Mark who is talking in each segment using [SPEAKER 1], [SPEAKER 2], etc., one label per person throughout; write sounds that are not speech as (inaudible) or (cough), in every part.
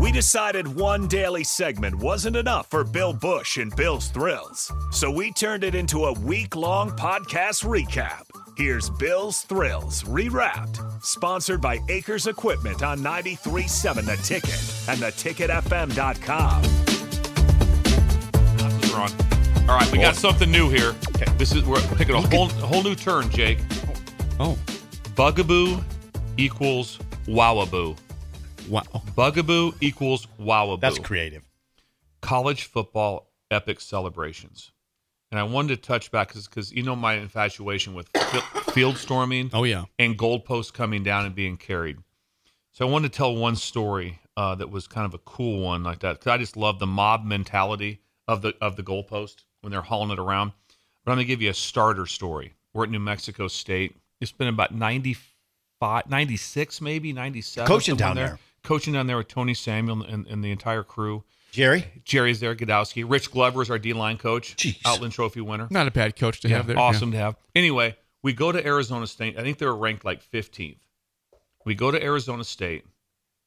[SPEAKER 1] We decided one daily segment wasn't enough for Bill Bush and Bill's Thrills, so we turned it into a week long podcast recap. Here's Bill's Thrills Rewrapped, sponsored by Acres Equipment on 93.7 The Ticket and theticketfm.com.
[SPEAKER 2] We're on. All right, we got something new here. Okay. This is we're taking a whole whole new turn, Jake.
[SPEAKER 3] Oh,
[SPEAKER 2] Bugaboo equals wowaboo.
[SPEAKER 3] wow. Oh,
[SPEAKER 2] Bugaboo equals wowaboo.
[SPEAKER 3] That's creative.
[SPEAKER 2] college football epic celebrations. And I wanted to touch back because you know my infatuation with fi- field storming
[SPEAKER 3] Oh, yeah.
[SPEAKER 2] and goalposts coming down and being carried. So I wanted to tell one story uh, that was kind of a cool one like that because I just love the mob mentality of the of the goalpost when they're hauling it around. But I'm going to give you a starter story. We're at New Mexico State. It's been about 95, 96 maybe 97. somewhere
[SPEAKER 3] Coaching down
[SPEAKER 2] there.
[SPEAKER 3] there.
[SPEAKER 2] Coaching down there with Tony Samuel and, and the entire crew.
[SPEAKER 3] Jerry?
[SPEAKER 2] Jerry's there, Godowski. Rich Glover is our D line coach,
[SPEAKER 3] Jeez.
[SPEAKER 2] Outland Trophy winner.
[SPEAKER 4] Not a bad coach to
[SPEAKER 2] Yeah,
[SPEAKER 4] have there.
[SPEAKER 2] awesome to have. Anyway, we go to Arizona State. I think they were ranked like 15th. We go to Arizona State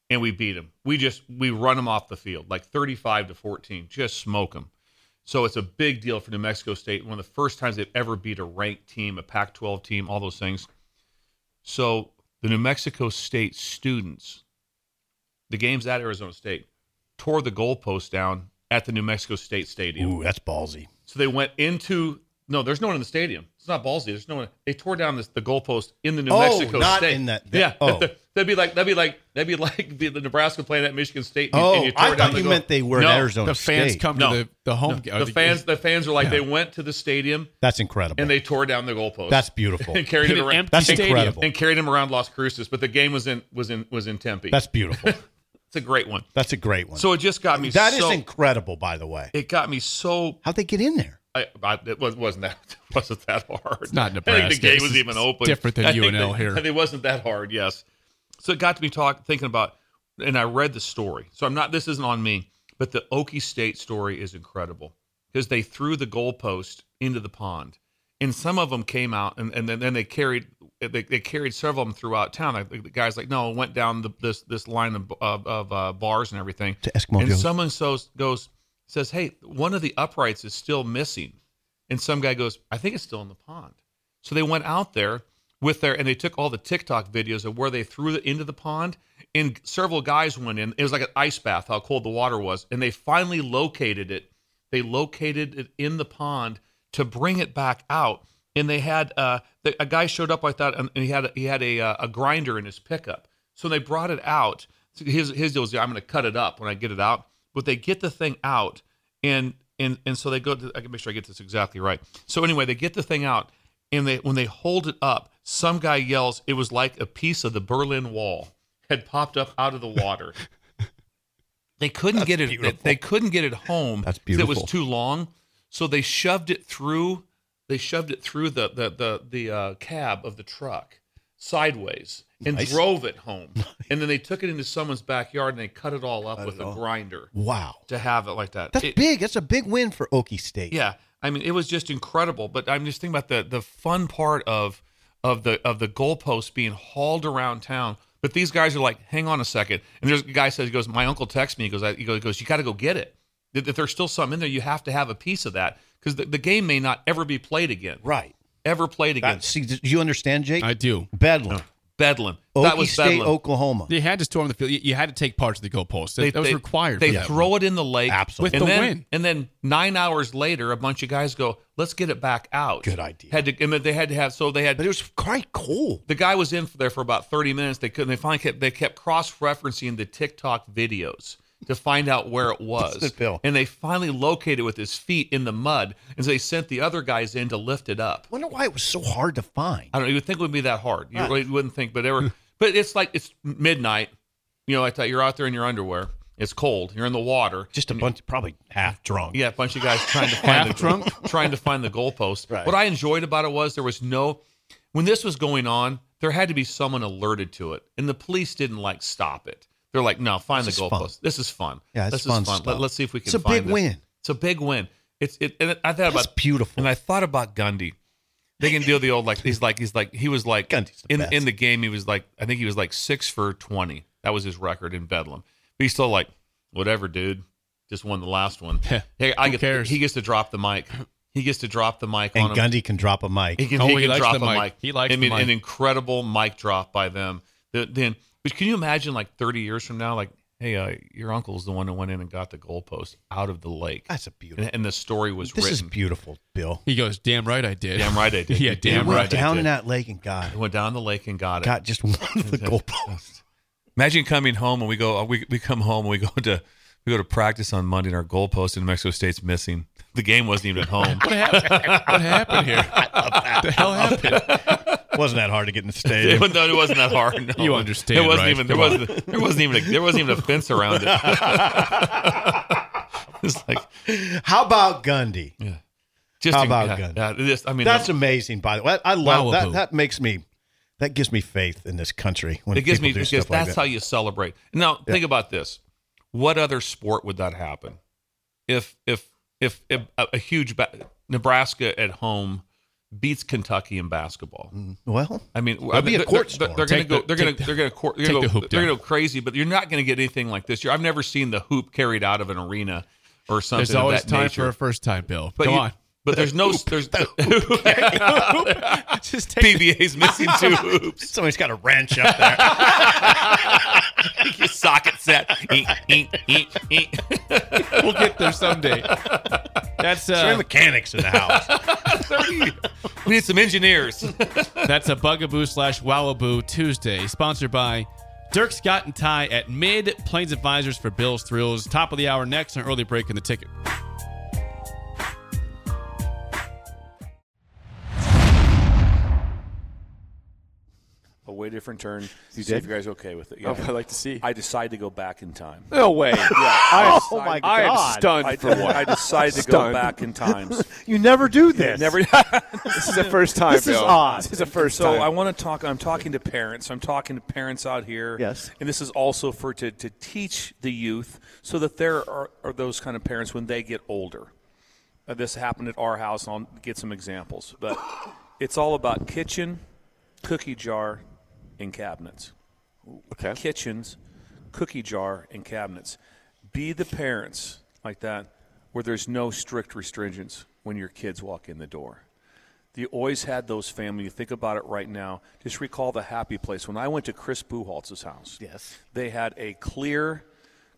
[SPEAKER 2] and we beat them. We just we run them off the field like 35 to 14. Just smoke them. So it's a big deal for New Mexico State. One of the first times they've ever beat a ranked team, a Pac-12 team, all those things. So the New Mexico State students, the games at Arizona State, tore the goalpost down at the New Mexico State Stadium.
[SPEAKER 3] Ooh, that's ballsy.
[SPEAKER 2] So they went into no, there's no one in the stadium. It's not ballsy. There's no one. They tore down this, the goalpost in the New
[SPEAKER 3] Oh,
[SPEAKER 2] Mexico
[SPEAKER 3] not
[SPEAKER 2] State.
[SPEAKER 3] in that-
[SPEAKER 2] yeah.
[SPEAKER 3] that- oh.
[SPEAKER 2] (laughs) that'd be like that'd be like that'd be like the, the Nebraska playing at Michigan State. and you- and
[SPEAKER 3] Oh,
[SPEAKER 2] you tore
[SPEAKER 3] I
[SPEAKER 2] down
[SPEAKER 3] thought
[SPEAKER 2] the
[SPEAKER 3] you
[SPEAKER 2] goal.
[SPEAKER 3] meant they were
[SPEAKER 2] No,
[SPEAKER 3] in Arizona
[SPEAKER 4] The fans
[SPEAKER 3] State.
[SPEAKER 4] come
[SPEAKER 2] No.
[SPEAKER 4] to the, Oh, the home game.
[SPEAKER 2] The fans, the fans were like they went to the stadium
[SPEAKER 3] That's incredible.
[SPEAKER 2] and they tore down the goalpost.
[SPEAKER 3] that's
[SPEAKER 2] (laughs)
[SPEAKER 3] beautiful.
[SPEAKER 2] and carried
[SPEAKER 4] In
[SPEAKER 2] it
[SPEAKER 4] an
[SPEAKER 2] around.
[SPEAKER 4] empty
[SPEAKER 3] That's
[SPEAKER 4] stadium.
[SPEAKER 3] incredible.
[SPEAKER 2] and carried him around Las Cruces, but the game was in was in was in Tempe.
[SPEAKER 3] That's beautiful.
[SPEAKER 2] it's a great one.
[SPEAKER 3] That's a great one.
[SPEAKER 2] So it just got me.
[SPEAKER 3] that is
[SPEAKER 2] so,
[SPEAKER 3] incredible, by the way.
[SPEAKER 2] It got me so
[SPEAKER 3] How'd they get in there?
[SPEAKER 2] I, I, it was, wasn't that (laughs) wasn't that hard. It's
[SPEAKER 4] not
[SPEAKER 2] I think the
[SPEAKER 4] Nebraska.
[SPEAKER 2] gate
[SPEAKER 4] This
[SPEAKER 2] was
[SPEAKER 4] is
[SPEAKER 2] even open.
[SPEAKER 4] different than
[SPEAKER 2] I think
[SPEAKER 4] UNL
[SPEAKER 2] that-
[SPEAKER 4] here.
[SPEAKER 2] It wasn't that hard. Yes. So it got to me talk thinking about, and I read the story. So I'm not. This isn't on me, but the Okie State story is incredible because they threw the goalpost into the pond, and some of them came out, and, and then, then they carried they, they carried several of them throughout town. Like the guys like no, it went down the, this this line of of, of uh, bars and everything
[SPEAKER 3] To Eskimo
[SPEAKER 2] and
[SPEAKER 3] Joe's.
[SPEAKER 2] someone so goes says, "Hey, one of the uprights is still missing," and some guy goes, "I think it's still in the pond." So they went out there with their and they took all the TikTok videos of where they threw it into the pond, and several guys went in. It was like an ice bath, how cold the water was, and they finally located it. They located it in the pond to bring it back out, and they had uh, the, a guy showed up like that, and and he had he had a uh, a grinder in his pickup. So they brought it out. So His his deal is I'm going to cut it up when I get it out. But they get the thing out, and and and so they go. To, I can make sure I get this exactly right. So anyway, they get the thing out, and they when they hold it up, some guy yells, "It was like a piece of the Berlin Wall had popped up out of the water." (laughs) they couldn't get it.
[SPEAKER 3] beautiful.
[SPEAKER 2] They couldn't get it home.
[SPEAKER 3] That's
[SPEAKER 2] 'cause It
[SPEAKER 3] beautiful.
[SPEAKER 2] was too long, so they shoved it through. They shoved it through the the the, the uh, cab of the truck sideways and
[SPEAKER 3] (laughs) Nice.
[SPEAKER 2] drove it home. And then they took it into someone's backyard and they cut it all up with a grinder
[SPEAKER 3] Wow.
[SPEAKER 2] to have it like that.
[SPEAKER 3] That's
[SPEAKER 2] It-
[SPEAKER 3] big. That's a big win for Okie State.
[SPEAKER 2] Yeah, I mean, it was just incredible. But I'm just thinking about the the fun part of of the of the goalposts being hauled around town. But these guys are like, hang on a second. And there's a guy says, he goes, my uncle texts me. He goes, I, he goes, he goes, you got to go get it. If if there's still some in there, you have to have a piece of that because the, the game may not ever be played again.
[SPEAKER 3] Right.
[SPEAKER 2] Ever played again.
[SPEAKER 3] That, see, do you understand, Jake?
[SPEAKER 4] I do.
[SPEAKER 3] Bedlam.
[SPEAKER 2] Bedlam.
[SPEAKER 3] Okie
[SPEAKER 2] that was
[SPEAKER 3] State,
[SPEAKER 2] Bedlam.
[SPEAKER 3] Oklahoma.
[SPEAKER 4] They had to storm the field. You, you had to take parts of the goalpost. That, that was required.
[SPEAKER 2] They
[SPEAKER 4] for that
[SPEAKER 2] throw
[SPEAKER 4] one.
[SPEAKER 2] it in the lake.
[SPEAKER 3] Absolutely.
[SPEAKER 2] And
[SPEAKER 4] With the
[SPEAKER 2] then,
[SPEAKER 4] win.
[SPEAKER 2] And then nine hours later, a bunch of guys go, let's get it back out.
[SPEAKER 3] Good idea.
[SPEAKER 2] Had to, and then they had to have, so they had
[SPEAKER 3] But it was quite cold.
[SPEAKER 2] the guy was in for there for about 30 minutes. They couldn't, they finally kept, they kept cross referencing the TikTok videos to find out where it was.
[SPEAKER 3] it, Bill?
[SPEAKER 2] and they finally located it with his feet in the mud. And so they sent the other guys in to lift it up.
[SPEAKER 3] I wonder why it was so hard to find.
[SPEAKER 2] I don't know. You would think it would be that hard. You
[SPEAKER 3] Right.
[SPEAKER 2] really wouldn't think, but ever. But it's like it's midnight. You know, I thought you're out there in your underwear. It's cold. You're in the water.
[SPEAKER 3] Just a bunch, probably half drunk.
[SPEAKER 2] Mm. Yeah, a bunch of guys trying to
[SPEAKER 3] (laughs)
[SPEAKER 2] find the
[SPEAKER 4] drunk?
[SPEAKER 2] trying to find the goalpost.
[SPEAKER 3] Right.
[SPEAKER 2] What I enjoyed about it was there was no when this was going on, there had to be someone alerted to it, and the police didn't like stop it. They're like, no, find
[SPEAKER 3] This
[SPEAKER 2] the
[SPEAKER 3] is fun.
[SPEAKER 2] goalpost. This is fun.
[SPEAKER 3] Yeah, it's
[SPEAKER 2] this
[SPEAKER 3] fun
[SPEAKER 2] is fun.
[SPEAKER 3] stuff.
[SPEAKER 2] Let, us see if we can.
[SPEAKER 3] It's a
[SPEAKER 2] find
[SPEAKER 3] big
[SPEAKER 2] this.
[SPEAKER 3] win.
[SPEAKER 2] It's a big win. It's it. And I thought
[SPEAKER 3] That's
[SPEAKER 2] about
[SPEAKER 3] beautiful.
[SPEAKER 2] and I thought about Gundy. They can deal the old like he's like he's like he was like
[SPEAKER 3] Gundy's the
[SPEAKER 2] in
[SPEAKER 3] best.
[SPEAKER 2] in the game he was like I think he was like six for twenty. That was his record in Bedlam. But he's still like whatever, dude. Just won the last
[SPEAKER 3] (laughs)
[SPEAKER 2] one.
[SPEAKER 4] (laughs) Heh,
[SPEAKER 2] hey, I
[SPEAKER 4] who
[SPEAKER 2] get,
[SPEAKER 4] cares?
[SPEAKER 2] He gets to drop the mic. He gets to drop the mic
[SPEAKER 3] And
[SPEAKER 2] on him.
[SPEAKER 3] Gundy can drop a mic.
[SPEAKER 2] He can,
[SPEAKER 4] Oh,
[SPEAKER 2] he
[SPEAKER 4] he
[SPEAKER 2] can
[SPEAKER 4] likes
[SPEAKER 2] drop
[SPEAKER 4] the
[SPEAKER 2] a
[SPEAKER 4] mic.
[SPEAKER 2] mic.
[SPEAKER 4] He likes
[SPEAKER 2] I
[SPEAKER 4] the
[SPEAKER 2] mean,
[SPEAKER 4] mic.
[SPEAKER 2] an incredible mic drop by them. The- Then, but can you imagine like 30 years from now, like, hey, uh, your uncle's the one who went in and got the goalpost out of the lake,
[SPEAKER 3] That's a beautiful.
[SPEAKER 2] and, and the story was
[SPEAKER 3] This is
[SPEAKER 2] written.
[SPEAKER 3] beautiful, Bill.
[SPEAKER 4] He goes, damn right I did.
[SPEAKER 2] Damn right I did.
[SPEAKER 4] (laughs) Yeah,
[SPEAKER 2] You
[SPEAKER 4] damn
[SPEAKER 2] did.
[SPEAKER 3] went
[SPEAKER 4] right I
[SPEAKER 3] down
[SPEAKER 2] did.
[SPEAKER 3] in that lake and got
[SPEAKER 2] Went down the lake and got it.
[SPEAKER 3] got just one of the goalposts.
[SPEAKER 2] Imagine coming home and we go, uh, we, we come home and we go to we go to practice on Monday and our goalpost in New Mexico State's missing. (laughs) The game wasn't even at home.
[SPEAKER 4] What happened? what happened (laughs) here? the hell happened?
[SPEAKER 3] (laughs) Wasn't that hard to get in the
[SPEAKER 2] It, (laughs)
[SPEAKER 3] stadium?
[SPEAKER 2] wa- no, it wasn't that hard. No.
[SPEAKER 4] You understand,
[SPEAKER 2] It wasn't
[SPEAKER 4] right?
[SPEAKER 2] even there
[SPEAKER 4] Come on.
[SPEAKER 2] wasn't there wasn't even a, there wasn't even a fence around it. (laughs) it's like
[SPEAKER 3] How about Gundy?
[SPEAKER 2] just
[SPEAKER 3] How
[SPEAKER 2] yeah,
[SPEAKER 3] about gun?
[SPEAKER 2] yeah, just- I mean
[SPEAKER 3] That's
[SPEAKER 2] the-
[SPEAKER 3] amazing. By the way, I love that.
[SPEAKER 4] Wowaboo.
[SPEAKER 3] That makes me. That gives me faith in this country. When
[SPEAKER 2] it gives me
[SPEAKER 3] people do
[SPEAKER 2] because
[SPEAKER 3] stuff
[SPEAKER 2] that's
[SPEAKER 3] like
[SPEAKER 2] how
[SPEAKER 3] that.
[SPEAKER 2] you celebrate. Now think about this: what other sport would that happen? If if if, if a, a huge ba- Nebraska at home beats Kentucky in basketball,
[SPEAKER 3] Well,
[SPEAKER 2] I mean, I
[SPEAKER 3] That'd be
[SPEAKER 2] mean,
[SPEAKER 3] a
[SPEAKER 2] they're-
[SPEAKER 3] court
[SPEAKER 2] they're,
[SPEAKER 3] storm.
[SPEAKER 2] they're going to
[SPEAKER 4] Take
[SPEAKER 2] go.
[SPEAKER 4] the-
[SPEAKER 2] They're going
[SPEAKER 4] take the-
[SPEAKER 2] to. They're going to court. They're
[SPEAKER 4] take
[SPEAKER 2] going
[SPEAKER 4] the
[SPEAKER 2] to go.
[SPEAKER 4] hoop
[SPEAKER 2] They're going
[SPEAKER 4] down.
[SPEAKER 2] to go crazy, but you're not going to get anything like this year. I've never seen the hoop carried out of an arena or something.
[SPEAKER 4] There's always
[SPEAKER 2] of that
[SPEAKER 4] time
[SPEAKER 2] nature.
[SPEAKER 4] for a first time, Bill.
[SPEAKER 2] But
[SPEAKER 4] Come
[SPEAKER 2] you-
[SPEAKER 4] (laughs) on.
[SPEAKER 2] But there's no. There's (laughs)
[SPEAKER 4] Just take
[SPEAKER 2] PBA's missing two (laughs) hoops.
[SPEAKER 3] somebody's got a wrench up there.
[SPEAKER 2] Your socket set. Eek, eek, eek, eek. (laughs)
[SPEAKER 4] We'll get there (laughs) someday.
[SPEAKER 3] (laughs)
[SPEAKER 4] That's
[SPEAKER 3] There are
[SPEAKER 4] uh,
[SPEAKER 3] mechanics in the house.
[SPEAKER 2] we need some engineers.
[SPEAKER 4] that's a bugaboo slash wowaboo Tuesday, sponsored by Dirk Scott and Ty at Mid Plains Advisors for Bill's Thrills. Top of the hour next, an early break in the ticket.
[SPEAKER 5] a way different turn. You see if you guys are okay with it. Yeah.
[SPEAKER 6] I'd Oh, like to see.
[SPEAKER 5] I decide to go back
[SPEAKER 6] (laughs)
[SPEAKER 5] in time.
[SPEAKER 6] No way. I, oh
[SPEAKER 3] my
[SPEAKER 6] I am
[SPEAKER 3] God.
[SPEAKER 6] stunned
[SPEAKER 5] I,
[SPEAKER 6] for one.
[SPEAKER 5] I decide to go
[SPEAKER 6] Stunned.
[SPEAKER 5] back in time.
[SPEAKER 6] (laughs)
[SPEAKER 7] You never do this.
[SPEAKER 4] (laughs)
[SPEAKER 6] Never. this is the first time.
[SPEAKER 7] This is
[SPEAKER 6] Bill.
[SPEAKER 7] odd.
[SPEAKER 6] This is the first
[SPEAKER 5] So
[SPEAKER 6] time.
[SPEAKER 5] I want to talk. I'm talking to parents. I'm talking to parents out here.
[SPEAKER 7] Yes.
[SPEAKER 5] And this is also for to, to teach the youth so that there are, are those kind of parents when they get older. Uh, this happened at our house, and I'll get some examples.
[SPEAKER 6] (coughs)
[SPEAKER 5] But it's all about kitchen, cookie jar, and cabinets.
[SPEAKER 6] okay.
[SPEAKER 5] kitchens, cookie jar, and cabinets. Be the parents like that where there's no strict restrictions when your kids walk in the door. You always had those family. You think about it right now. Just recall the happy place. When I went to Chris Buholtz's house, yes, they had a clear,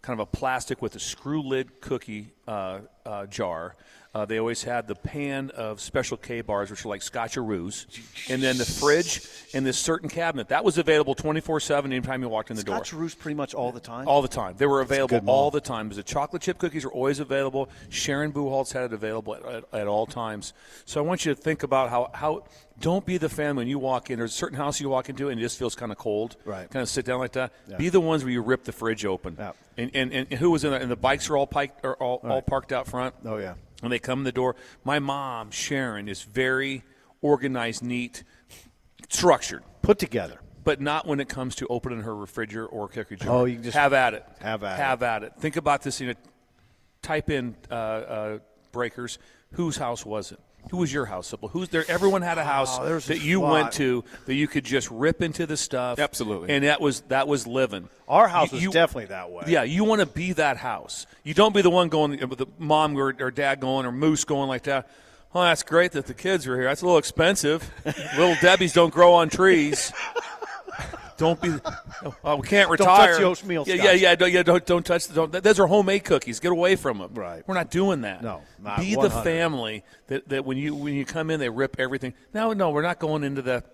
[SPEAKER 5] kind of a plastic with a screw lid cookie uh, uh, jar. Uh, they always had the pan of special K bars, which are like Scotcheroos, and then the fridge and this certain cabinet that was available twenty four seven anytime you walked in the door.
[SPEAKER 7] pretty much all the time.
[SPEAKER 5] All the time. They were available all the time. The chocolate chip cookies were always available. Sharon Buholtz had it available at, at, at all times. So I want you to think about how, how don't be the fan when you walk (laughs) in. There's a certain house you walk into and it just feels kind of cold.
[SPEAKER 7] Right.
[SPEAKER 5] Kind of sit down like that. Be the ones where you rip the fridge open.
[SPEAKER 7] Yeah.
[SPEAKER 5] And, and, and who was in there? And the bikes are all, piked, are all, all parked out front.
[SPEAKER 7] Oh, yeah.
[SPEAKER 5] When they come in the door, my mom, Sharon, is very organized, neat, structured
[SPEAKER 7] Put together.
[SPEAKER 5] but not when it comes to opening her refrigerator or cookie jar.
[SPEAKER 7] Oh, you can just-
[SPEAKER 5] have at it.
[SPEAKER 7] Have at it.
[SPEAKER 5] have at it. Think about this. You know, type in uh, uh, breakers. Whose house was it? Who was your house? Who's there? Everyone had a house
[SPEAKER 7] Oh, there was a
[SPEAKER 5] that you
[SPEAKER 7] spot.
[SPEAKER 5] went to that you could just rip into the stuff.
[SPEAKER 6] Absolutely.
[SPEAKER 5] And that was that was living.
[SPEAKER 7] Our house
[SPEAKER 5] You-
[SPEAKER 7] was
[SPEAKER 5] you-
[SPEAKER 7] definitely that way.
[SPEAKER 5] Yeah, you want to be that house. You don't be the one going uh, with the mom or, or dad going or moose going like that. Oh, that's great that the kids were here. That's a little expensive. (laughs) Little Debbie's don't grow on trees. Don't be. Oh,
[SPEAKER 7] (laughs)
[SPEAKER 5] we can't
[SPEAKER 7] touch
[SPEAKER 5] retire.
[SPEAKER 7] the oatmeal,
[SPEAKER 5] Yeah,
[SPEAKER 7] Scott.
[SPEAKER 5] yeah, yeah. Don't, yeah, don't, don't touch the. Don't, those are homemade cookies. Get away from them.
[SPEAKER 7] Right.
[SPEAKER 5] We're not doing that.
[SPEAKER 7] No, not
[SPEAKER 5] Be the
[SPEAKER 7] 100.
[SPEAKER 5] family that, that when you when you come in, they rip everything. No, no, we're not going into the.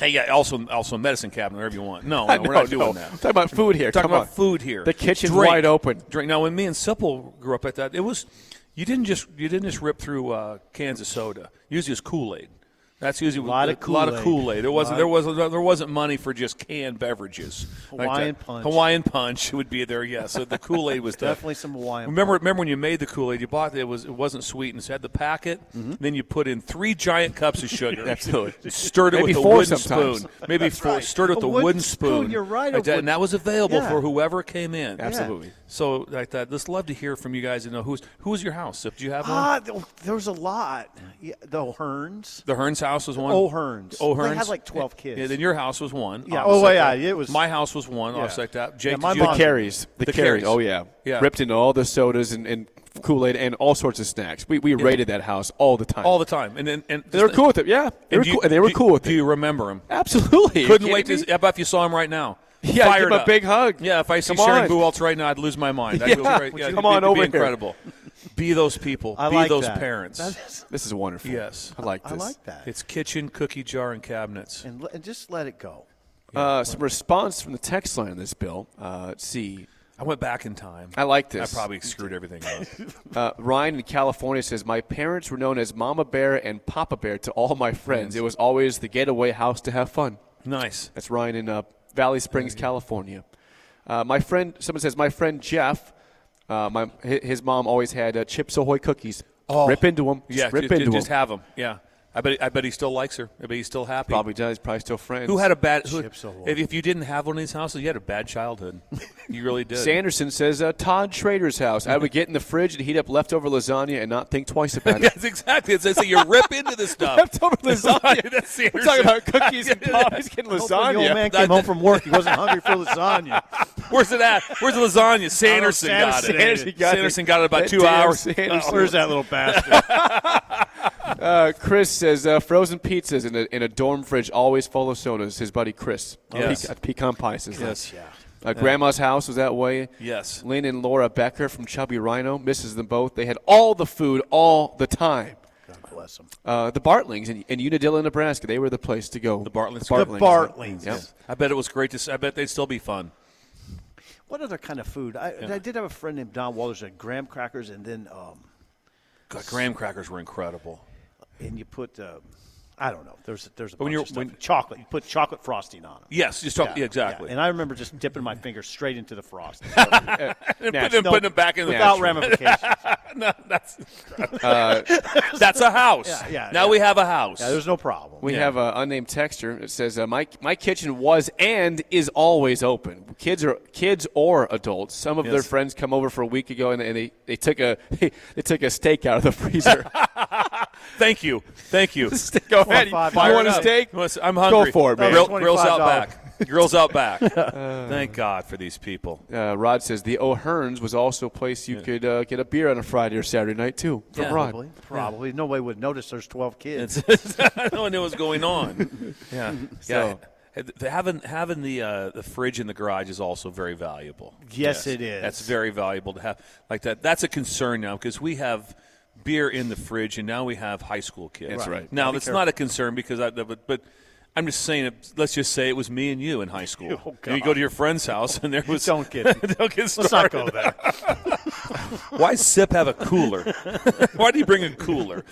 [SPEAKER 5] Hey, yeah, also also medicine cabinet, whatever you
[SPEAKER 7] (laughs)
[SPEAKER 5] want. No,
[SPEAKER 6] (laughs)
[SPEAKER 5] no,
[SPEAKER 6] I
[SPEAKER 5] we're
[SPEAKER 6] know,
[SPEAKER 5] not doing
[SPEAKER 6] no.
[SPEAKER 5] that.
[SPEAKER 6] Talking about food here.
[SPEAKER 5] Talking
[SPEAKER 6] Come
[SPEAKER 5] about
[SPEAKER 6] on.
[SPEAKER 5] food here.
[SPEAKER 6] The kitchen's
[SPEAKER 5] Drink.
[SPEAKER 6] wide open.
[SPEAKER 5] Drink. Now, when me and Supple grew up at that, it was you didn't just you didn't just rip through uh, cans of soda. Usually, it's Kool Aid. That's usually a
[SPEAKER 7] Lot of
[SPEAKER 5] lot of
[SPEAKER 7] Kool-Aid.
[SPEAKER 5] Kool Aid. There wasn't there wasn't there wasn't money for just canned beverages. that.
[SPEAKER 7] Hawaiian Punch.
[SPEAKER 5] Hawaiian punch would be there. Yeah. So the Kool Aid was
[SPEAKER 7] (laughs)
[SPEAKER 5] the-
[SPEAKER 7] Definitely some Hawaiian
[SPEAKER 5] Remember remember when you made the Kool Aid? You bought it, it was it wasn't sweet and so it had the packet. Then you put in three giant cups
[SPEAKER 6] (laughs)
[SPEAKER 5] of sugar.
[SPEAKER 6] Mm-hmm. Absolutely.
[SPEAKER 5] Stirred it
[SPEAKER 6] Maybe
[SPEAKER 5] with a
[SPEAKER 6] four
[SPEAKER 5] wooden
[SPEAKER 6] sometimes.
[SPEAKER 5] spoon. Maybe four. Stirred it with
[SPEAKER 7] A
[SPEAKER 5] a
[SPEAKER 7] wooden
[SPEAKER 5] wooden,
[SPEAKER 7] spoon, you're right, a
[SPEAKER 5] Like that,
[SPEAKER 7] wooden-
[SPEAKER 5] and that was available
[SPEAKER 7] Yeah.
[SPEAKER 5] for whoever came in.
[SPEAKER 6] Absolutely.
[SPEAKER 5] So like that, just love to hear from you guys and
[SPEAKER 3] Uh,
[SPEAKER 5] know who's who was your house. If do you have one,
[SPEAKER 7] Ah, th- there was a lot. Yeah, the Hearns.
[SPEAKER 5] the Hearns house was one.
[SPEAKER 3] O'Hearns.
[SPEAKER 5] O'Hearns.
[SPEAKER 3] They had like 12 kids.
[SPEAKER 5] Yeah, then your house was one.
[SPEAKER 3] Yeah.
[SPEAKER 5] opposite
[SPEAKER 3] Oh, yeah,
[SPEAKER 5] that.
[SPEAKER 3] it was-
[SPEAKER 5] My house was one.
[SPEAKER 3] Yeah.
[SPEAKER 5] Offside that. Jake,
[SPEAKER 3] Yeah, my
[SPEAKER 5] did you-
[SPEAKER 4] The
[SPEAKER 3] mom-
[SPEAKER 4] carries. The,
[SPEAKER 5] The
[SPEAKER 4] carries.
[SPEAKER 5] carries.
[SPEAKER 4] Oh, yeah.
[SPEAKER 5] Yeah.
[SPEAKER 4] Ripped into all the sodas and, and Kool Aid and all sorts of snacks. We, we raided that house all the time.
[SPEAKER 5] all the time, and then and
[SPEAKER 4] they were cool with it. Yeah. They
[SPEAKER 5] And
[SPEAKER 4] were,
[SPEAKER 5] do
[SPEAKER 4] cool, and they were
[SPEAKER 5] do-
[SPEAKER 4] cool with
[SPEAKER 5] Do
[SPEAKER 4] it.
[SPEAKER 5] you remember him?
[SPEAKER 4] Absolutely.
[SPEAKER 5] Couldn't
[SPEAKER 4] You
[SPEAKER 5] wait to.
[SPEAKER 4] kidding
[SPEAKER 5] See, how about if you saw him right now?
[SPEAKER 4] me? Yeah,
[SPEAKER 5] Fired
[SPEAKER 4] give him a
[SPEAKER 5] up.
[SPEAKER 4] big hug.
[SPEAKER 5] Yeah, if I see
[SPEAKER 4] Come
[SPEAKER 5] Sharon
[SPEAKER 4] on.
[SPEAKER 5] Buwaltz right now, I'd lose my mind. I'd
[SPEAKER 4] Yeah.
[SPEAKER 5] feel great.
[SPEAKER 4] Would you
[SPEAKER 5] it'd
[SPEAKER 4] come
[SPEAKER 5] be-
[SPEAKER 4] on
[SPEAKER 5] it'd be
[SPEAKER 4] over here?
[SPEAKER 5] incredible. Be those people.
[SPEAKER 3] I
[SPEAKER 5] be
[SPEAKER 3] like
[SPEAKER 5] those
[SPEAKER 3] that.
[SPEAKER 5] parents.
[SPEAKER 3] That is-
[SPEAKER 4] This is wonderful.
[SPEAKER 5] Yes.
[SPEAKER 4] I like this. Uh,
[SPEAKER 3] I like that.
[SPEAKER 5] It's kitchen, cookie jar, and cabinets.
[SPEAKER 3] and, le- and just let it go.
[SPEAKER 4] Uh, some response from the text line on this, Bill. Uh, let's see.
[SPEAKER 5] I went back in time.
[SPEAKER 4] I like this.
[SPEAKER 5] I probably screwed everything up.
[SPEAKER 4] Uh, Ryan in California says, My parents were known as Mama Bear and Papa Bear to all my friends. It was always the getaway house to have fun.
[SPEAKER 5] (laughs) nice.
[SPEAKER 4] That's Ryan in uh, Valley Springs, California. Uh, my friend, someone says, my friend Jeff, uh, my hi- his mom always had uh, Chips Ahoy cookies. rip into them.
[SPEAKER 5] Yeah,
[SPEAKER 4] rip
[SPEAKER 5] ju- ju-
[SPEAKER 4] into
[SPEAKER 5] just
[SPEAKER 4] them.
[SPEAKER 5] have them. Yeah, I bet. I bet he still likes her. I bet he's still happy.
[SPEAKER 4] Probably does. Probably still friends.
[SPEAKER 5] Who had a bad? Who,
[SPEAKER 3] Chips Ahoy.
[SPEAKER 5] if, if you didn't have one of these houses, you had a bad childhood. You really did.
[SPEAKER 4] Sanderson says uh, Todd Schrader's house. I would get in the fridge and heat up leftover lasagna and not think twice about it.
[SPEAKER 5] (laughs) Yes, exactly. It's, it's, you rip into this
[SPEAKER 4] (laughs)
[SPEAKER 5] stuff.
[SPEAKER 4] leftover lasagna.
[SPEAKER 5] That's
[SPEAKER 4] We're
[SPEAKER 5] Sanderson.
[SPEAKER 4] talking (laughs) about cookies and pop. He's getting
[SPEAKER 3] Hopefully the old
[SPEAKER 5] (laughs)
[SPEAKER 4] lasagna.
[SPEAKER 3] man came home from work. He wasn't hungry for lasagna.
[SPEAKER 5] Where's it at? Where's the lasagna? Sanderson got it.
[SPEAKER 4] Sanderson got it.
[SPEAKER 5] Sanderson got it about
[SPEAKER 4] That
[SPEAKER 5] two
[SPEAKER 4] damn
[SPEAKER 5] hours.
[SPEAKER 4] Sanderson.
[SPEAKER 3] Where's that little bastard?
[SPEAKER 5] (laughs)
[SPEAKER 4] Uh, Chris says uh, frozen pizzas in a, in a dorm fridge always full of sodas. His buddy Chris.
[SPEAKER 5] Yes.
[SPEAKER 4] Pe- uh, pecan pie says that.
[SPEAKER 5] Yes.
[SPEAKER 4] Uh, Grandma's house was that way.
[SPEAKER 5] Yes.
[SPEAKER 4] Lynn and Laura Becker from Chubby Rhino misses them both. They had all the food all the time.
[SPEAKER 3] God bless him.
[SPEAKER 4] Uh, the Bartlings in, in Unadilla, Nebraska, they were the place to go.
[SPEAKER 5] The Bartlings.
[SPEAKER 3] The Bartlings.
[SPEAKER 4] Yep.
[SPEAKER 5] I bet it was great to. See. I bet they'd still be fun.
[SPEAKER 3] What other kind of food? I, I did have a friend named Don Walters that had graham crackers and then um,
[SPEAKER 5] God, graham crackers were incredible.
[SPEAKER 3] and you put um, I don't know. There's there's a
[SPEAKER 5] But
[SPEAKER 3] bunch
[SPEAKER 5] when you're-
[SPEAKER 3] of stuff.
[SPEAKER 5] when-
[SPEAKER 3] chocolate. You put chocolate frosting on them.
[SPEAKER 5] Yes, just talk, yeah, exactly.
[SPEAKER 3] And I remember just dipping my finger straight into the frosting.
[SPEAKER 5] and putting, them, (laughs) putting them back in the
[SPEAKER 3] without
[SPEAKER 5] pantry.
[SPEAKER 3] ramifications.
[SPEAKER 5] No, that's that's a house.
[SPEAKER 3] Yeah, yeah,
[SPEAKER 5] now
[SPEAKER 3] yeah.
[SPEAKER 5] we have a house.
[SPEAKER 3] yeah, there's no problem.
[SPEAKER 4] We have an unnamed texter. It says, uh, "My my kitchen was and is always open. Kids are kids or adults. Some of their friends come over for a week ago, and, and they, they took a (laughs) they, took a steak out of the freezer. (laughs)
[SPEAKER 5] Thank you, thank (laughs) you.
[SPEAKER 4] Go ahead, you
[SPEAKER 3] five
[SPEAKER 4] want a
[SPEAKER 5] Fire it up.
[SPEAKER 4] steak?
[SPEAKER 5] Listen, I'm hungry.
[SPEAKER 4] Go for it, man.
[SPEAKER 5] Grill- grills out
[SPEAKER 3] $25.
[SPEAKER 5] back. (laughs) Grills out back. Thank God for these people.
[SPEAKER 4] Uh, Rod says the O'Hearns was also a place you could uh, get a beer on a Friday or Saturday night too. From
[SPEAKER 5] Yeah,
[SPEAKER 4] Rod,
[SPEAKER 3] Probably. Probably. Nobody would notice there's 12 kids.
[SPEAKER 5] (laughs) I don't know what's going (laughs) on. Yeah,
[SPEAKER 4] So-
[SPEAKER 5] yeah. The- Having having the uh, the fridge in the garage is also very valuable.
[SPEAKER 3] Yes, it is.
[SPEAKER 5] That's very valuable to have like that. That's a concern now because we have beer in the fridge and now we have high school kids.
[SPEAKER 4] That's Right. right.
[SPEAKER 5] Now that's not a concern because I but. but I'm just saying. it- Let's just say it was me and you in high (laughs) school.
[SPEAKER 3] Oh,
[SPEAKER 5] and you go to your friend's house, (laughs) and there was
[SPEAKER 3] Don't get me.
[SPEAKER 2] (laughs)
[SPEAKER 5] don't get
[SPEAKER 3] Let's not
[SPEAKER 5] started.
[SPEAKER 3] go there.
[SPEAKER 5] Why does Sip have a cooler? (laughs) Why do you bring a cooler?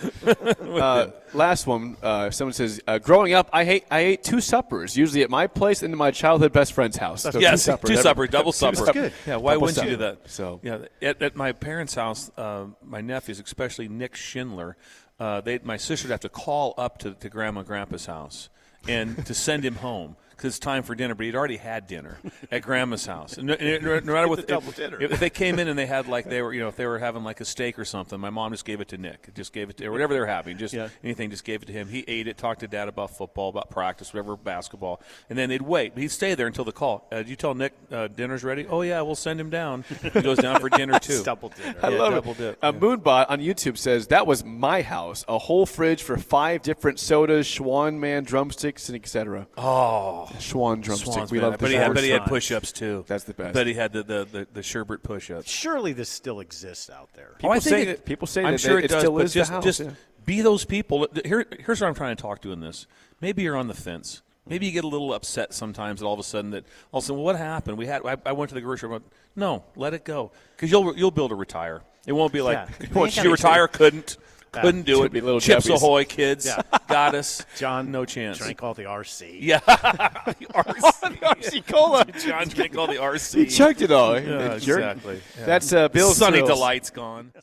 [SPEAKER 4] Uh, last one. Uh, someone says, uh, "Growing up, I hate I ate two suppers, usually at my place and in my childhood best friend's house. So
[SPEAKER 5] yes,
[SPEAKER 4] supper,
[SPEAKER 5] two
[SPEAKER 4] that- (laughs)
[SPEAKER 5] supper, double supper.
[SPEAKER 3] good.
[SPEAKER 5] Yeah, why
[SPEAKER 4] Double
[SPEAKER 5] wouldn't you do
[SPEAKER 4] supper.
[SPEAKER 5] that?
[SPEAKER 4] So-
[SPEAKER 5] yeah, at, at my parents' house, uh, my nephews, especially Nick Schindler, uh, they my sister'd have to call up to, to Grandma and Grandpa's house and to send him home. Because it's time for dinner, but he'd already had dinner at Grandma's house. No, no- no- no matter
[SPEAKER 3] (laughs)
[SPEAKER 5] what,
[SPEAKER 3] double
[SPEAKER 5] if,
[SPEAKER 3] dinner.
[SPEAKER 5] if they came in and they had like they were, you know, if they were having like a steak or something, my mom just gave it to Nick. Just gave it to or whatever they were having, just
[SPEAKER 3] Yeah.
[SPEAKER 5] anything, just gave it to him. He ate it, talked to dad about football, about practice, whatever, basketball, and then they'd wait. He'd stay there until the call. Uh, you tell Nick uh, dinner's ready. Oh yeah, we'll send him down. He goes down
[SPEAKER 3] (laughs)
[SPEAKER 5] for dinner too.
[SPEAKER 3] Double dinner.
[SPEAKER 4] I
[SPEAKER 5] Yeah,
[SPEAKER 4] love
[SPEAKER 5] double
[SPEAKER 4] it.
[SPEAKER 5] dip,
[SPEAKER 4] Uh, Moonbot on YouTube says that was my house, a whole fridge for five different sodas, Schwan man drumsticks, and etc. Oh, Schwan drumstick.
[SPEAKER 5] Swans,
[SPEAKER 4] we
[SPEAKER 5] man.
[SPEAKER 4] love the
[SPEAKER 5] but he had, but he had
[SPEAKER 4] Schwan.
[SPEAKER 5] push-ups too.
[SPEAKER 4] That's the best.
[SPEAKER 5] But he had the the the, the sherbet push-ups.
[SPEAKER 3] Surely this still exists out there.
[SPEAKER 4] People
[SPEAKER 5] oh, I
[SPEAKER 4] say
[SPEAKER 5] think
[SPEAKER 4] that- people say
[SPEAKER 5] I'm
[SPEAKER 4] that
[SPEAKER 5] sure
[SPEAKER 4] it
[SPEAKER 5] it, does,
[SPEAKER 4] still
[SPEAKER 5] but
[SPEAKER 4] is the
[SPEAKER 5] just,
[SPEAKER 4] house,
[SPEAKER 5] Just
[SPEAKER 4] yeah.
[SPEAKER 5] be those people. Here, here's what I'm trying to talk to in this. Maybe you're on the fence. Maybe you get a little upset sometimes, and all of a sudden that all of a sudden, well, what happened? We had I, I went to the grocery. store. No, let it go because you'll you'll buill to retire. It won't be
[SPEAKER 3] Yeah.
[SPEAKER 5] like (laughs) "Did
[SPEAKER 3] You ain't
[SPEAKER 5] you
[SPEAKER 3] gotta
[SPEAKER 5] retire couldn't couldn't do
[SPEAKER 4] Should be little
[SPEAKER 5] it. Chips
[SPEAKER 4] Jeffy's.
[SPEAKER 5] Ahoy, kids,
[SPEAKER 3] Yeah.
[SPEAKER 5] got us.
[SPEAKER 3] John
[SPEAKER 5] no chance. (laughs)
[SPEAKER 3] drank all the RC.
[SPEAKER 5] Yeah, RC.
[SPEAKER 4] cola.
[SPEAKER 5] John drank all the RC.
[SPEAKER 4] He chugged it all. It jerked.
[SPEAKER 5] exactly.
[SPEAKER 4] That's uh, Bill.
[SPEAKER 5] Sunny
[SPEAKER 4] Thrills.
[SPEAKER 5] delight's gone.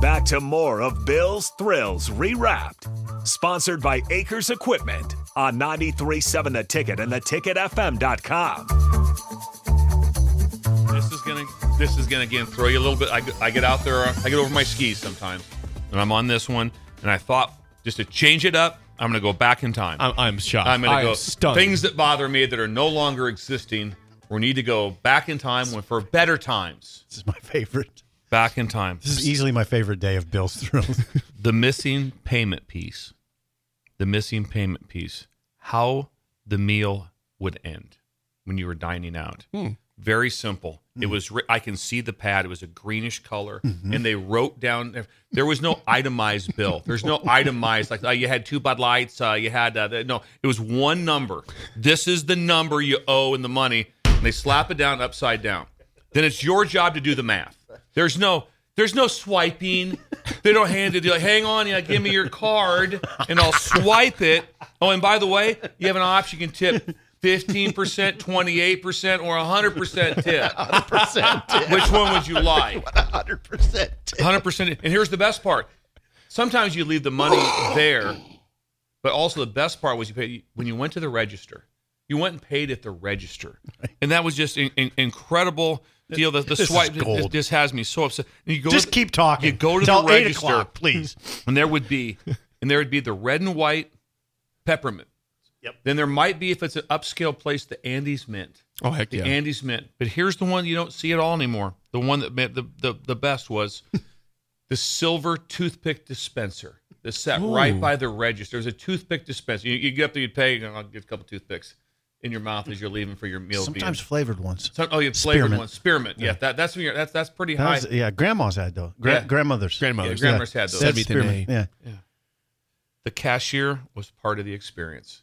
[SPEAKER 1] Back to more of Bill's Thrills Rewrapped. Sponsored by Acres Equipment on 937 The Ticket and theticketfm.com.
[SPEAKER 2] This is gonna this is gonna again throw you a little bit. I, g- I get out there, I get over my skis sometimes, and I'm on this one, and I thought just to change it up. I'm going to go back in time.
[SPEAKER 4] I'm, I'm shocked.
[SPEAKER 2] I'm going
[SPEAKER 4] I
[SPEAKER 2] to
[SPEAKER 4] am
[SPEAKER 2] go
[SPEAKER 4] stunned.
[SPEAKER 2] things that bother me that are no longer existing. We need to go back in time when- for better times.
[SPEAKER 3] This is my favorite.
[SPEAKER 2] Back in time.
[SPEAKER 3] This is easily my favorite day of
[SPEAKER 2] (laughs)
[SPEAKER 3] Bill's thrills.
[SPEAKER 2] the missing payment piece. The missing payment piece. How the meal would end when you were dining out. Very simple. It was. Ri- I can see the pad. It was a greenish color, and they wrote down. There was no itemized bill. There's no itemized like oh, you had two Bud Lights. Uh, you had uh, the- no. It was one number. This is the number you owe in the money. And they slap it down upside down. Then it's your job to do the math. There's no. There's no swiping. They don't hand it to you like, hang on, yeah, give me your card and I'll swipe it. Oh, and by the way, you have an option you can tip 15%, 28%, or 100% tip.
[SPEAKER 3] 100% tip.
[SPEAKER 2] Which one would you
[SPEAKER 3] (laughs)
[SPEAKER 2] like?
[SPEAKER 3] 100% tip.
[SPEAKER 2] 100%. And here's the best part. Sometimes you leave the
[SPEAKER 3] (gasps)
[SPEAKER 2] money there, but also the best part was you paid when you went to the register. You went and paid at the register, and that was just an, an incredible deal. The, the
[SPEAKER 3] This is
[SPEAKER 2] swipe this-
[SPEAKER 3] gold.
[SPEAKER 2] this has me so upset. And you go
[SPEAKER 3] Just
[SPEAKER 2] to-
[SPEAKER 3] keep talking.
[SPEAKER 2] You go to
[SPEAKER 3] Till
[SPEAKER 2] the
[SPEAKER 3] eight
[SPEAKER 2] register, (laughs)
[SPEAKER 3] o'clock, please.
[SPEAKER 2] and there would be, and there would be the red and white peppermint. Yep. Then there might be, if it's an upscale place, the Andes mint.
[SPEAKER 4] Oh heck
[SPEAKER 2] The
[SPEAKER 4] yeah!
[SPEAKER 2] Andes mint. But here's the one you don't see at all anymore. The one that meant the, the, the best
[SPEAKER 3] (laughs)
[SPEAKER 2] was the silver toothpick dispenser. The set right by the register. There's a toothpick dispenser. You, you get up there, you pay, and I'll get a couple toothpicks in your mouth as you're leaving for your meal. being-
[SPEAKER 3] Sometimes flavored ones.
[SPEAKER 2] Some- oh, you have flavored
[SPEAKER 3] Spearmint.
[SPEAKER 2] one. Spearmint. Yeah, that, that's when you're, that's that's pretty
[SPEAKER 3] That
[SPEAKER 2] high.
[SPEAKER 3] was- yeah, grandma's had those. Gra-
[SPEAKER 2] Yeah.
[SPEAKER 3] Grandmother's.
[SPEAKER 4] Grandmother's.
[SPEAKER 2] Yeah, grandmother's had those.
[SPEAKER 3] That's
[SPEAKER 4] Seventh and
[SPEAKER 3] spearmint, Yeah.
[SPEAKER 2] the cashier was part of the experience.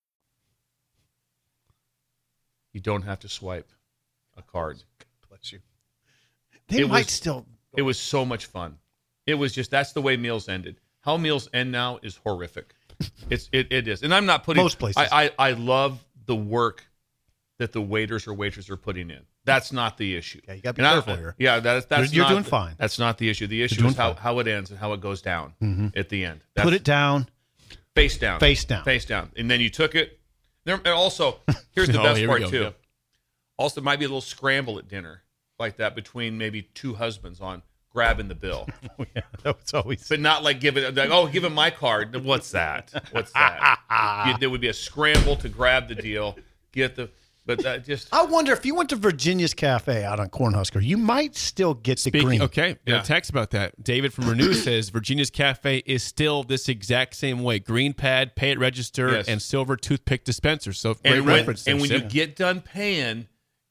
[SPEAKER 2] You don't have to swipe a card.
[SPEAKER 3] Bless you. They
[SPEAKER 2] It
[SPEAKER 3] might
[SPEAKER 2] was-
[SPEAKER 3] still.
[SPEAKER 2] It was so much fun. It was just that's the way meals ended. How meals end now is
[SPEAKER 3] (laughs)
[SPEAKER 2] horrific. It's it, it is, and I'm not putting
[SPEAKER 3] Most places.
[SPEAKER 2] I, I I love the work that the waiters or waitresses are putting in. That's not the issue.
[SPEAKER 3] Yeah, you gotta be
[SPEAKER 2] And I-
[SPEAKER 3] careful here.
[SPEAKER 2] Yeah, that's that's
[SPEAKER 3] You're- you're
[SPEAKER 2] not
[SPEAKER 3] doing
[SPEAKER 2] the-
[SPEAKER 3] fine.
[SPEAKER 2] That's not the issue. The issue
[SPEAKER 3] doing
[SPEAKER 2] is how,
[SPEAKER 3] fine. Mm-hmm.
[SPEAKER 2] how it ends and how it goes down at the end. That's,
[SPEAKER 3] Put it down. (laughs)
[SPEAKER 2] face down,
[SPEAKER 3] Face down.
[SPEAKER 2] face down, and then you took it. There, and
[SPEAKER 4] (laughs)
[SPEAKER 2] also, here's the
[SPEAKER 4] Oh,
[SPEAKER 2] best
[SPEAKER 4] here we
[SPEAKER 2] part
[SPEAKER 4] go,
[SPEAKER 2] too.
[SPEAKER 4] yep.
[SPEAKER 2] Also, might be a little scramble at dinner like that between maybe two husbands on grabbing the
[SPEAKER 4] (laughs)
[SPEAKER 2] bill.
[SPEAKER 3] Oh, yeah, that was always.
[SPEAKER 2] but not like give it like oh give him my card what's that what's
[SPEAKER 4] (laughs)
[SPEAKER 2] that You- there would be a scramble to grab the deal get the but that just
[SPEAKER 4] Oh,
[SPEAKER 3] I wonder if you went to Virginia's Cafe out on Cornhusker, you might still get the
[SPEAKER 4] Speaking,
[SPEAKER 3] green.
[SPEAKER 4] okay, yeah.
[SPEAKER 2] Yeah.
[SPEAKER 4] a text about that. David from Renew says Virginia's Cafe is still this exact same way: green pad, pay at register,
[SPEAKER 2] Yes.
[SPEAKER 4] and silver toothpick dispenser. So great
[SPEAKER 2] and when,
[SPEAKER 4] reference. there,
[SPEAKER 2] and when you
[SPEAKER 4] Sid.
[SPEAKER 2] get done paying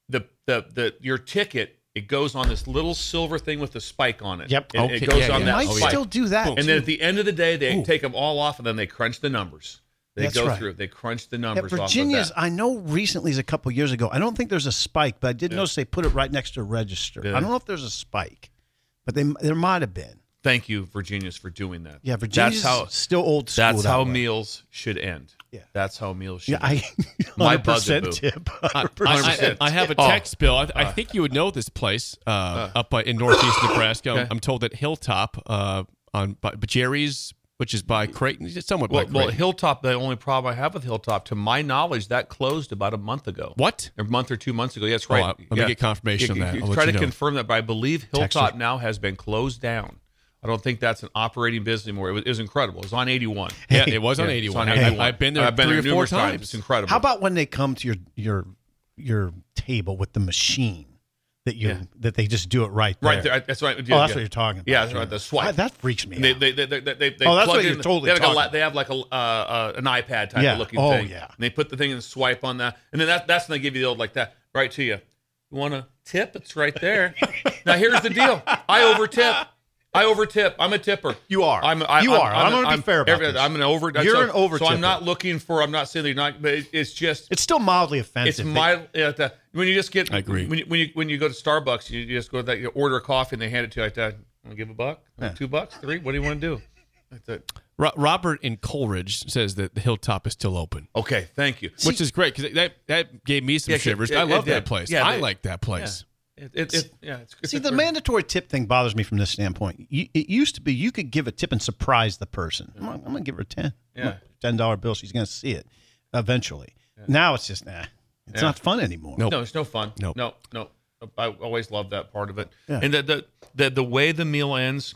[SPEAKER 2] the, the the your ticket it goes on this little silver thing with the spike on it
[SPEAKER 3] Yep.
[SPEAKER 2] and
[SPEAKER 4] Okay,
[SPEAKER 2] it goes
[SPEAKER 4] yeah,
[SPEAKER 2] on
[SPEAKER 3] You
[SPEAKER 4] yeah.
[SPEAKER 2] that
[SPEAKER 3] might
[SPEAKER 4] Oh,
[SPEAKER 2] spike.
[SPEAKER 3] still do that.
[SPEAKER 2] and
[SPEAKER 3] too.
[SPEAKER 2] then at the end of the day they
[SPEAKER 4] Ooh.
[SPEAKER 2] take them all off and then they crunch the numbers they
[SPEAKER 3] That's
[SPEAKER 2] go
[SPEAKER 3] right.
[SPEAKER 2] through they crunch the
[SPEAKER 3] At
[SPEAKER 2] numbers
[SPEAKER 3] Virginia's,
[SPEAKER 2] off of that.
[SPEAKER 3] I know recently is a couple years ago. I don't think there's a spike, but I did
[SPEAKER 2] Yeah.
[SPEAKER 3] notice they put it right next to register.
[SPEAKER 2] Yeah.
[SPEAKER 3] I don't know if there's a spike, but they there might have been.
[SPEAKER 2] thank you virginia's for doing that
[SPEAKER 3] Yeah, Virginia's
[SPEAKER 2] that's how
[SPEAKER 3] still old school.
[SPEAKER 2] that's
[SPEAKER 3] that
[SPEAKER 2] how
[SPEAKER 3] way.
[SPEAKER 2] meals should end
[SPEAKER 3] Yeah.
[SPEAKER 2] that's how meals should
[SPEAKER 3] Yeah,
[SPEAKER 2] end.
[SPEAKER 3] I
[SPEAKER 2] (laughs) My
[SPEAKER 3] 100%
[SPEAKER 2] bugaboo.
[SPEAKER 3] tip.
[SPEAKER 2] (laughs)
[SPEAKER 4] I,
[SPEAKER 2] 100%.
[SPEAKER 4] I- I have a
[SPEAKER 2] Oh.
[SPEAKER 4] text, Bill. I, I think you would know this place uh, up by, in northeast
[SPEAKER 2] (coughs)
[SPEAKER 4] Nebraska. I'm- I'm told that Hilltop uh, on by, but Jerry's, which is by Creighton, it's somewhat
[SPEAKER 2] Well,
[SPEAKER 4] by
[SPEAKER 2] well,
[SPEAKER 4] Creighton.
[SPEAKER 2] Hilltop. The only problem I have with Hilltop, to my knowledge, that closed about a month ago.
[SPEAKER 4] what?
[SPEAKER 2] A month or two months ago. Yeah, that's
[SPEAKER 4] Oh,
[SPEAKER 2] right.
[SPEAKER 4] uh, let me
[SPEAKER 2] Yeah.
[SPEAKER 4] get confirmation
[SPEAKER 2] Yeah,
[SPEAKER 4] on that.
[SPEAKER 2] you-
[SPEAKER 4] I'll let
[SPEAKER 2] Try
[SPEAKER 4] you
[SPEAKER 2] to
[SPEAKER 4] know.
[SPEAKER 2] confirm that, but I believe
[SPEAKER 3] Text
[SPEAKER 2] Hilltop
[SPEAKER 3] her.
[SPEAKER 2] now has been closed down. I don't think that's an operating business anymore. It was, it was incredible. It was on 81.
[SPEAKER 4] Yeah, it was on
[SPEAKER 2] Yeah, it's
[SPEAKER 4] 81.
[SPEAKER 2] on
[SPEAKER 4] I-
[SPEAKER 2] 81.
[SPEAKER 4] I've been there
[SPEAKER 2] I've been
[SPEAKER 4] three
[SPEAKER 2] there
[SPEAKER 4] or four
[SPEAKER 2] numerous
[SPEAKER 4] times.
[SPEAKER 2] It's incredible.
[SPEAKER 3] How about when they come to your your your table with the machine that you that they just do it right there.
[SPEAKER 2] Right there. I- That's right.
[SPEAKER 3] oh, that's what you're talking about.
[SPEAKER 2] Yeah, that's right. The swipe.
[SPEAKER 3] I- that freaked me
[SPEAKER 2] They,
[SPEAKER 3] out.
[SPEAKER 2] they, they, they, they, they
[SPEAKER 3] Oh, that's
[SPEAKER 2] plug
[SPEAKER 3] what
[SPEAKER 2] in-
[SPEAKER 3] you're totally
[SPEAKER 2] they have, like a,
[SPEAKER 3] talking
[SPEAKER 2] la- they have like a, uh, uh, an iPad type
[SPEAKER 3] Yeah.
[SPEAKER 2] of looking
[SPEAKER 3] Oh,
[SPEAKER 2] thing.
[SPEAKER 3] yeah.
[SPEAKER 2] And they put the thing and swipe on that. And then that, that's when they give you the old like that right to you. You want a tip? It's right
[SPEAKER 3] (laughs)
[SPEAKER 2] there. now, here's the deal I over tip. I over tip. I'm a tipper.
[SPEAKER 3] You are.
[SPEAKER 2] I'm, I,
[SPEAKER 3] You are. I'm gonna be fair about
[SPEAKER 2] every-
[SPEAKER 3] this.
[SPEAKER 2] I'm an over.
[SPEAKER 3] You're
[SPEAKER 2] so,
[SPEAKER 3] an over
[SPEAKER 2] So
[SPEAKER 3] tipper.
[SPEAKER 2] I'm not looking for, I'm not saying that you're not, but it, it's just,
[SPEAKER 3] it's still mildly offensive.
[SPEAKER 2] it's my yeah, the- when you just get.
[SPEAKER 4] I agree.
[SPEAKER 2] When you, when you when you go to Starbucks, you you just go to that you order a coffee and they hand it to you like that. Want to give a buck, two bucks, three? What do you want to do? That's it.
[SPEAKER 4] Ro- Robert in Coleridge says that the hilltop is still open,
[SPEAKER 2] Okay, thank you.
[SPEAKER 4] which is great because that that gave me some
[SPEAKER 2] Yeah, 'cause
[SPEAKER 4] shivers.
[SPEAKER 2] it-
[SPEAKER 4] I
[SPEAKER 2] it
[SPEAKER 4] love that
[SPEAKER 2] did.
[SPEAKER 4] place.
[SPEAKER 2] Yeah,
[SPEAKER 4] I
[SPEAKER 2] they-
[SPEAKER 4] like that place.
[SPEAKER 2] It, it, it, yeah, it's, it's
[SPEAKER 3] See,
[SPEAKER 2] a-
[SPEAKER 3] the mandatory tip thing bothers me from this standpoint. You, it used to be you could give a tip and surprise the person. I'm, I'm gonna give her ten, I'm gonna
[SPEAKER 2] Yeah.
[SPEAKER 3] put a ten dollar bill. She's gonna see it eventually. Now it's just nah. It's not fun anymore.
[SPEAKER 4] Nope.
[SPEAKER 2] No, it's no fun.
[SPEAKER 4] Nope.
[SPEAKER 2] No, no. I always love that part of it.
[SPEAKER 3] Yeah.
[SPEAKER 2] And the, the the the way the meal ends,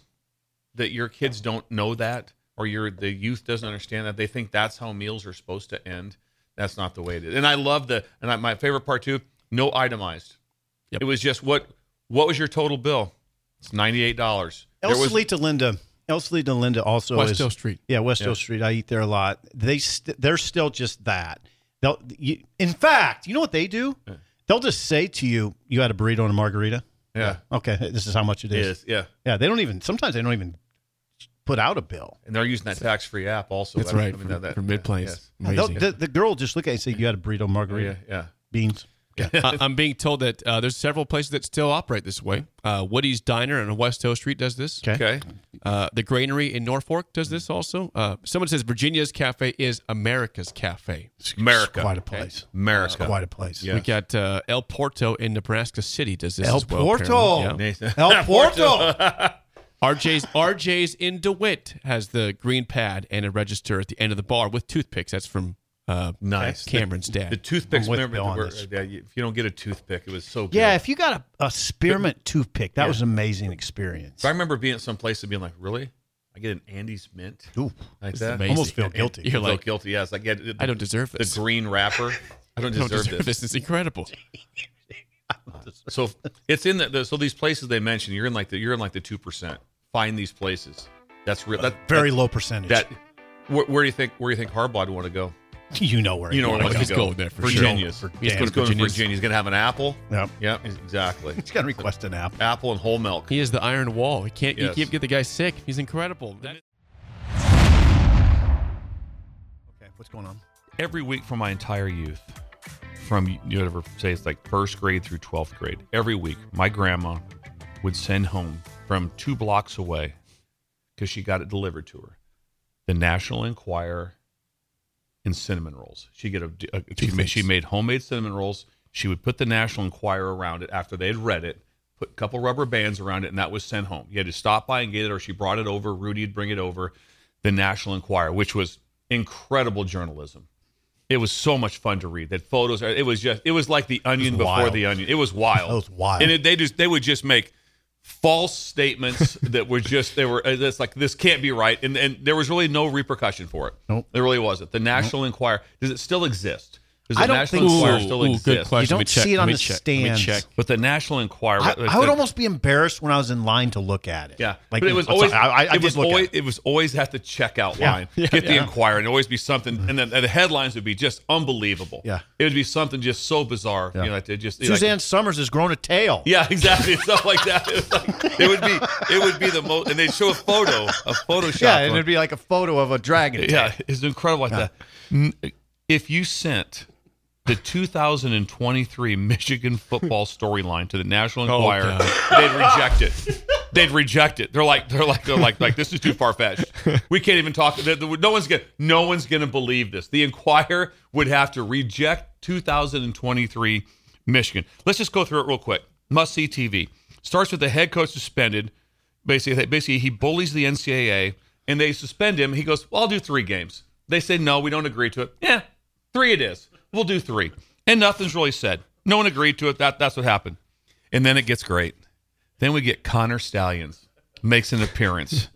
[SPEAKER 2] that your kids don't know that, or your the youth doesn't understand that. They think that's how meals are supposed to end. That's not the way it is. And I love the and I, my favorite part too. No itemized.
[SPEAKER 4] Yep.
[SPEAKER 2] It was just what what was your total bill? It's ninety eight dollars. There was
[SPEAKER 3] Elsley to Linda. Elsley to Linda also
[SPEAKER 4] West
[SPEAKER 3] is,
[SPEAKER 4] Hill Street.
[SPEAKER 3] Yeah, West Hill Street. I eat there a lot. They st- they're still just that. They'll. You, in fact, you know what they do? They'll just say to you, "You had a burrito and a margarita."
[SPEAKER 2] yeah.
[SPEAKER 3] Okay, this is how much it
[SPEAKER 2] It
[SPEAKER 3] is.
[SPEAKER 2] is yeah.
[SPEAKER 3] Yeah, they don't even. Sometimes they don't even put out a bill.
[SPEAKER 2] And they're using that tax free app also.
[SPEAKER 4] That's
[SPEAKER 2] I mean-
[SPEAKER 4] right
[SPEAKER 2] I mean,
[SPEAKER 4] for,
[SPEAKER 2] that- that-
[SPEAKER 4] for
[SPEAKER 2] yeah,
[SPEAKER 4] mid place.
[SPEAKER 2] yes.
[SPEAKER 3] They'll- The, the girl will just look at you and say, "You had a burrito, margarita,
[SPEAKER 2] Yeah. Yeah.
[SPEAKER 3] beans."
[SPEAKER 4] I- (laughs) I'm being told that uh, there's several places that still operate this way. Uh, Woody's Diner on West Hill Street does this.
[SPEAKER 2] Okay.
[SPEAKER 4] Uh, the Granary in Norfolk does this also. Uh, someone says Virginia's Cafe is America's Cafe.
[SPEAKER 2] America.
[SPEAKER 3] quite a place.
[SPEAKER 2] America.
[SPEAKER 3] Quite a place.
[SPEAKER 2] Yeah.
[SPEAKER 4] We got uh, El Porto in Nebraska City does this
[SPEAKER 3] El
[SPEAKER 4] as well.
[SPEAKER 3] Porto.
[SPEAKER 4] apparently. Yeah.
[SPEAKER 2] Nathan.
[SPEAKER 3] (laughs) El (laughs) Porto.
[SPEAKER 4] RJ's RJ's in DeWitt has the green pad and a register at the end of the bar with toothpicks. That's from uh,
[SPEAKER 2] Nice.
[SPEAKER 4] Cameron's dad.
[SPEAKER 2] The toothpicks.
[SPEAKER 3] I'm with
[SPEAKER 2] Remember,
[SPEAKER 3] Bill on
[SPEAKER 2] were-
[SPEAKER 3] this.
[SPEAKER 2] yeah, you- if you don't get a toothpick, it was so. Good.
[SPEAKER 3] yeah, if you got a, a spearmint toothpick, that was an amazing experience.
[SPEAKER 2] So I remember being at some place and being like, "Really? I get an Andy's mint
[SPEAKER 3] Ooh,
[SPEAKER 2] like
[SPEAKER 4] It's
[SPEAKER 2] that?
[SPEAKER 4] amazing.
[SPEAKER 3] almost feel guilty.
[SPEAKER 2] You
[SPEAKER 4] You're
[SPEAKER 2] feel
[SPEAKER 4] like,
[SPEAKER 2] guilty. Yes, like yeah, the,
[SPEAKER 4] I don't deserve
[SPEAKER 2] the
[SPEAKER 4] this.
[SPEAKER 2] green wrapper. I don't
[SPEAKER 4] I don't
[SPEAKER 2] deserve,
[SPEAKER 4] deserve
[SPEAKER 2] this.
[SPEAKER 4] this. It's incredible.
[SPEAKER 2] So it's in the, the so these places they mentioned. You're in like the you're in like the two percent. Find these places. That's real. That
[SPEAKER 3] Very low percentage.
[SPEAKER 2] that. Where, where do you think where do you think Harbaugh'd want to go?
[SPEAKER 3] (laughs) you know where
[SPEAKER 2] You know
[SPEAKER 3] it
[SPEAKER 2] where
[SPEAKER 3] was.
[SPEAKER 2] he wants
[SPEAKER 4] He's
[SPEAKER 2] to go.
[SPEAKER 4] going there for sure.
[SPEAKER 2] Virginia's.
[SPEAKER 3] For
[SPEAKER 2] He's
[SPEAKER 3] damn
[SPEAKER 2] going to go to
[SPEAKER 4] Virginia's.
[SPEAKER 2] Virginia. He's going to have an
[SPEAKER 3] (laughs)
[SPEAKER 2] apple.
[SPEAKER 3] Yep.
[SPEAKER 2] Yeah, exactly.
[SPEAKER 3] It's got to request an app.
[SPEAKER 2] apple and whole milk.
[SPEAKER 4] He is the iron wall. He can't.
[SPEAKER 2] Yes.
[SPEAKER 4] You can't get the guy sick. He's incredible.
[SPEAKER 3] Okay, what's going on?
[SPEAKER 2] every week for my entire youth from you ever say it's like first grade through 12th grade every week my grandma would send home from two blocks away because she got it delivered to her the national enquirer and cinnamon rolls she get a, a excuse me, she made homemade cinnamon rolls she would put the national enquirer around it after they had read it put a couple rubber bands around it and that was sent home you had to stop by and get it or she brought it over rudy'd bring it over the national enquirer which was incredible journalism it was so much fun to read. That photos. It was just. It was like the Onion before
[SPEAKER 3] wild.
[SPEAKER 2] the Onion. It was wild.
[SPEAKER 3] (laughs) That was wild.
[SPEAKER 2] And it, they just they would just make false
[SPEAKER 4] (laughs)
[SPEAKER 2] statements that were just they were. It's like this can't be right, and and there was really no repercussion for it.
[SPEAKER 3] Nope.
[SPEAKER 2] there really wasn't. The National Enquirer does it still exist? Does the
[SPEAKER 3] I don't
[SPEAKER 2] National
[SPEAKER 3] think so.
[SPEAKER 2] Enquirer still
[SPEAKER 4] Ooh,
[SPEAKER 2] exist?
[SPEAKER 4] good question.
[SPEAKER 3] You
[SPEAKER 4] Let me
[SPEAKER 3] don't
[SPEAKER 4] check.
[SPEAKER 3] see it
[SPEAKER 4] Let
[SPEAKER 3] on
[SPEAKER 4] me
[SPEAKER 3] the
[SPEAKER 4] check. Let me
[SPEAKER 3] stands.
[SPEAKER 4] check.
[SPEAKER 2] But the National Enquirer.
[SPEAKER 3] I, I would
[SPEAKER 2] the-
[SPEAKER 3] almost be embarrassed when I was in line to look at it.
[SPEAKER 2] Yeah,
[SPEAKER 3] like
[SPEAKER 2] but it was always
[SPEAKER 3] I, I, I
[SPEAKER 2] it
[SPEAKER 3] did
[SPEAKER 2] was
[SPEAKER 3] look at
[SPEAKER 2] always
[SPEAKER 3] it.
[SPEAKER 2] it was always at the checkout
[SPEAKER 3] Yeah.
[SPEAKER 2] line.
[SPEAKER 3] Yeah.
[SPEAKER 2] Get the
[SPEAKER 3] Yeah.
[SPEAKER 2] Enquirer, and always be something, and then the headlines would be just unbelievable.
[SPEAKER 3] Yeah.
[SPEAKER 2] it would be something just so bizarre. You know, like they just like-
[SPEAKER 3] Suzanne Summers has grown a tail.
[SPEAKER 2] (laughs) yeah, exactly, stuff like that. It, was like, it would be it would be the most, and they'd show a photo, a Photoshop.
[SPEAKER 3] yeah, and
[SPEAKER 2] one.
[SPEAKER 3] it'd be like a photo of a dragon. tail.
[SPEAKER 2] yeah, it's incredible like that. N- If you sent. The 2023 (laughs) Michigan football storyline to the National
[SPEAKER 4] Oh,
[SPEAKER 2] Enquirer, they'd reject it. They'd reject it. They're like, they're like, they're like, like this is too far fetched. We can't even talk. there- there- No one's gonna, no one's gonna believe this. The Enquirer would have to reject 2023 Michigan. Let's just go through it real quick. Must see TV starts with the head coach suspended. Basically, basically he bullies the NCAA and they suspend him. He goes, well, I'll do three games. They say no, we don't agree to it. Yeah, three it is. We'll do three, and nothing's really said. No one agreed to it. That that's what happened. And then it gets great. Then we get Connor Stallions makes an appearance.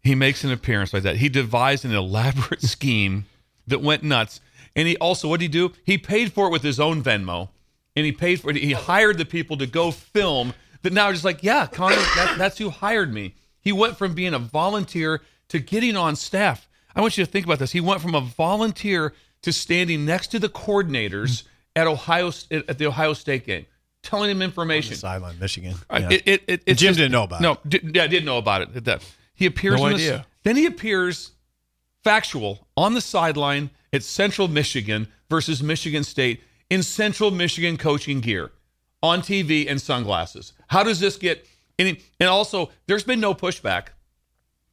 [SPEAKER 2] he makes an appearance like that. He devised an elaborate scheme that went nuts. And he also, what did he do? He paid for it with his own Venmo. and he paid for it. He hired the people to go film that now are just like, yeah, Connor, that, that's who hired me. He went from being a volunteer to getting on staff. I want you to think about this. He went from a volunteer to standing next to the coordinators at Ohio at at the Ohio State game, telling them information.
[SPEAKER 3] Sideline, Michigan.
[SPEAKER 2] Right.
[SPEAKER 3] Yeah.
[SPEAKER 2] It, it, it, it's
[SPEAKER 3] Jim
[SPEAKER 2] just-
[SPEAKER 3] didn't know about
[SPEAKER 2] no, it. No, I didn't know about it. That- He appears.
[SPEAKER 4] No
[SPEAKER 2] on
[SPEAKER 4] idea.
[SPEAKER 2] The, then he appears factual on the sideline at Central Michigan versus Michigan State in Central Michigan coaching gear, on TV and sunglasses. How does this get? And, and also, there's been no pushback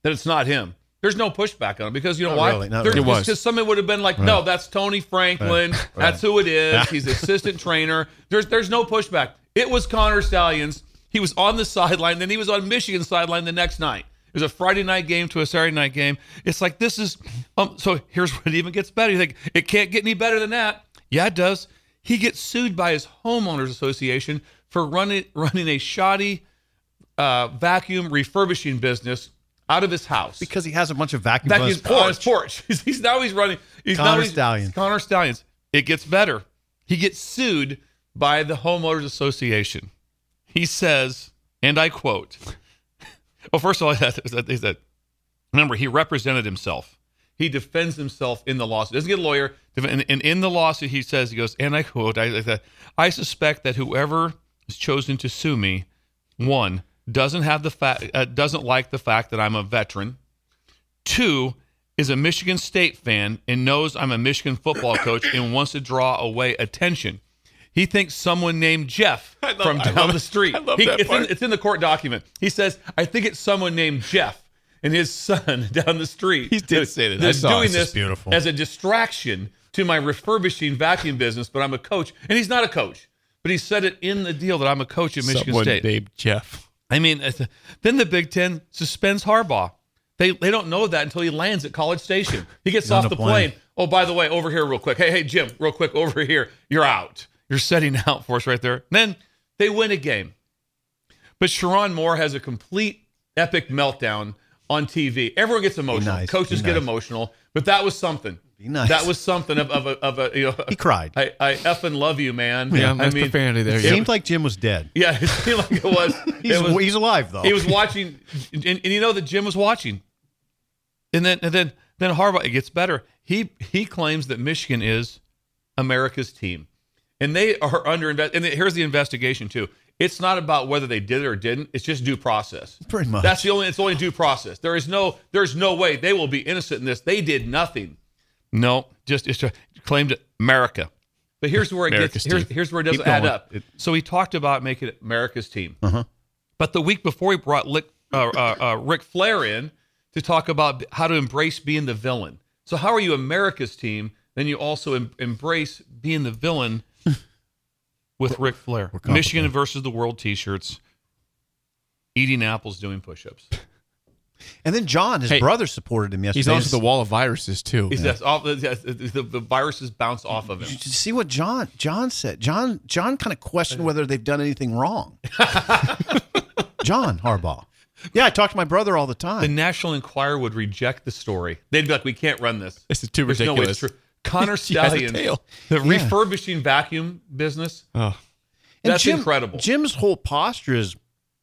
[SPEAKER 2] that it's not him. There's no pushback on it because you know
[SPEAKER 3] Not
[SPEAKER 2] why?
[SPEAKER 3] really, not
[SPEAKER 2] There-
[SPEAKER 3] really.
[SPEAKER 4] It was.
[SPEAKER 2] Because somebody would have been like, "No, that's Tony Franklin. That's who it is. He's assistant trainer." There's there's no pushback. It was Connor Stallions. He was on the sideline, then he was on Michigan sideline the next night. It was a Friday night game to a Saturday night game. It's like this is um. So here's what even gets better. You think it can't get any better than that? Yeah, it does. He gets sued by his homeowners association for running running a shoddy uh, vacuum refurbishing business out of his house
[SPEAKER 3] because he has a bunch of vacuums
[SPEAKER 2] back
[SPEAKER 3] on
[SPEAKER 2] in
[SPEAKER 3] his
[SPEAKER 2] his
[SPEAKER 3] porch.
[SPEAKER 2] on his porch. (laughs) He's, he's now he's running. He's now
[SPEAKER 3] Connor
[SPEAKER 2] he's-
[SPEAKER 3] Stallions.
[SPEAKER 2] Connor Stallions. It gets better. He gets sued by the homeowners association. He says, and I quote. (laughs) Well, first of all, (laughs) is that remember he represented himself. He defends himself in the lawsuit. Doesn't get a lawyer. And, and in the lawsuit, he says, he goes, and I quote, I, I, I suspect that whoever is chosen to sue me, one doesn't have the fact, uh, doesn't like the fact that I'm a veteran. Two is a Michigan State fan and knows I'm a Michigan football
[SPEAKER 4] (coughs)
[SPEAKER 2] coach and wants to draw away attention. He thinks someone named Jeff
[SPEAKER 4] (laughs)
[SPEAKER 2] from down the street.
[SPEAKER 4] love
[SPEAKER 2] He- it's,
[SPEAKER 4] that
[SPEAKER 2] in,
[SPEAKER 4] part.
[SPEAKER 2] it's in the court document. He says, "I think it's someone named Jeff and his son (laughs) down the street." He
[SPEAKER 4] did say that. I
[SPEAKER 2] That's
[SPEAKER 4] saw it.
[SPEAKER 2] doing
[SPEAKER 4] This
[SPEAKER 2] this
[SPEAKER 3] is beautiful.
[SPEAKER 2] as a distraction to my refurbishing vacuum business. But I'm a coach, and he's not a coach. But he said it in the deal that I'm a coach at Michigan
[SPEAKER 4] Someone
[SPEAKER 2] State.
[SPEAKER 4] named Jeff.
[SPEAKER 2] I mean, it's- then the Big Ten suspends Harbaugh. They they don't know that until he lands at College Station. He gets
[SPEAKER 3] on
[SPEAKER 2] off
[SPEAKER 3] the
[SPEAKER 2] the plane.
[SPEAKER 3] plane.
[SPEAKER 2] Oh, by the way, over here real quick. Hey, hey, Jim, real quick, over here. You're out. You're setting (laughs) out for us right there. Then they win a game. But Sharon Moore has a complete epic meltdown on TV. Everyone gets emotional.
[SPEAKER 3] nice,
[SPEAKER 2] Coaches
[SPEAKER 3] be
[SPEAKER 2] get
[SPEAKER 3] nice.
[SPEAKER 2] emotional. But that was something.
[SPEAKER 3] Be nice.
[SPEAKER 2] That was something of, of a of a you know
[SPEAKER 3] He cried.
[SPEAKER 2] I, I effing love you, man.
[SPEAKER 4] Yeah,
[SPEAKER 2] I
[SPEAKER 4] that's the
[SPEAKER 2] mean
[SPEAKER 4] profanity there.
[SPEAKER 3] It
[SPEAKER 4] yeah.
[SPEAKER 3] seemed like Jim was dead.
[SPEAKER 2] (laughs) Yeah, it seemed like it was.
[SPEAKER 3] (laughs) He's,
[SPEAKER 2] it was
[SPEAKER 3] he's alive though.
[SPEAKER 2] he was watching, and, and you know that Jim was watching. And then and then then Harbaugh it gets better. He he claims that Michigan is America's team, and they are under invest. And here's the investigation too. It's not about whether they did it or didn't. It's just due process.
[SPEAKER 3] Pretty much.
[SPEAKER 2] That's the only. It's only due process. There is no. There's no way they will be innocent in this. They did nothing. No, just it's just claimed America. But here's where it
[SPEAKER 4] America's
[SPEAKER 2] gets. Here's,
[SPEAKER 4] team.
[SPEAKER 2] here's where it doesn't
[SPEAKER 3] Keep
[SPEAKER 2] add
[SPEAKER 3] going.
[SPEAKER 2] up. so he talked about making it America's team. But the week before, he brought Lick, uh, uh, uh, Rick Flair in to talk about how to embrace being the villain. So, how are you America's team? Then you also em- embrace being the villain with Rick Flair. Michigan versus the world t shirts, eating apples, doing push ups.
[SPEAKER 3] and then John, his
[SPEAKER 4] Hey,
[SPEAKER 3] brother, supported him yesterday.
[SPEAKER 4] He's also the wall of viruses too.
[SPEAKER 2] He says, all, the, the, the viruses bounce off of
[SPEAKER 3] (laughs)
[SPEAKER 2] him.
[SPEAKER 3] Did you see what John John said? John John kind of questioned whether they've done anything wrong. John Harbaugh. Yeah, I talk to my brother all the
[SPEAKER 2] The
[SPEAKER 3] time.
[SPEAKER 2] National Enquirer would reject the story. They'd be like, we can't run this.
[SPEAKER 4] This is too
[SPEAKER 2] There's no way it's
[SPEAKER 4] ridiculous.
[SPEAKER 3] (laughs)
[SPEAKER 2] true. Connor
[SPEAKER 4] He has a
[SPEAKER 2] Stallion,
[SPEAKER 4] tail.
[SPEAKER 2] the refurbishing vacuum business,
[SPEAKER 4] Oh.
[SPEAKER 3] And
[SPEAKER 2] that's incredible.
[SPEAKER 3] Jim's whole posture is,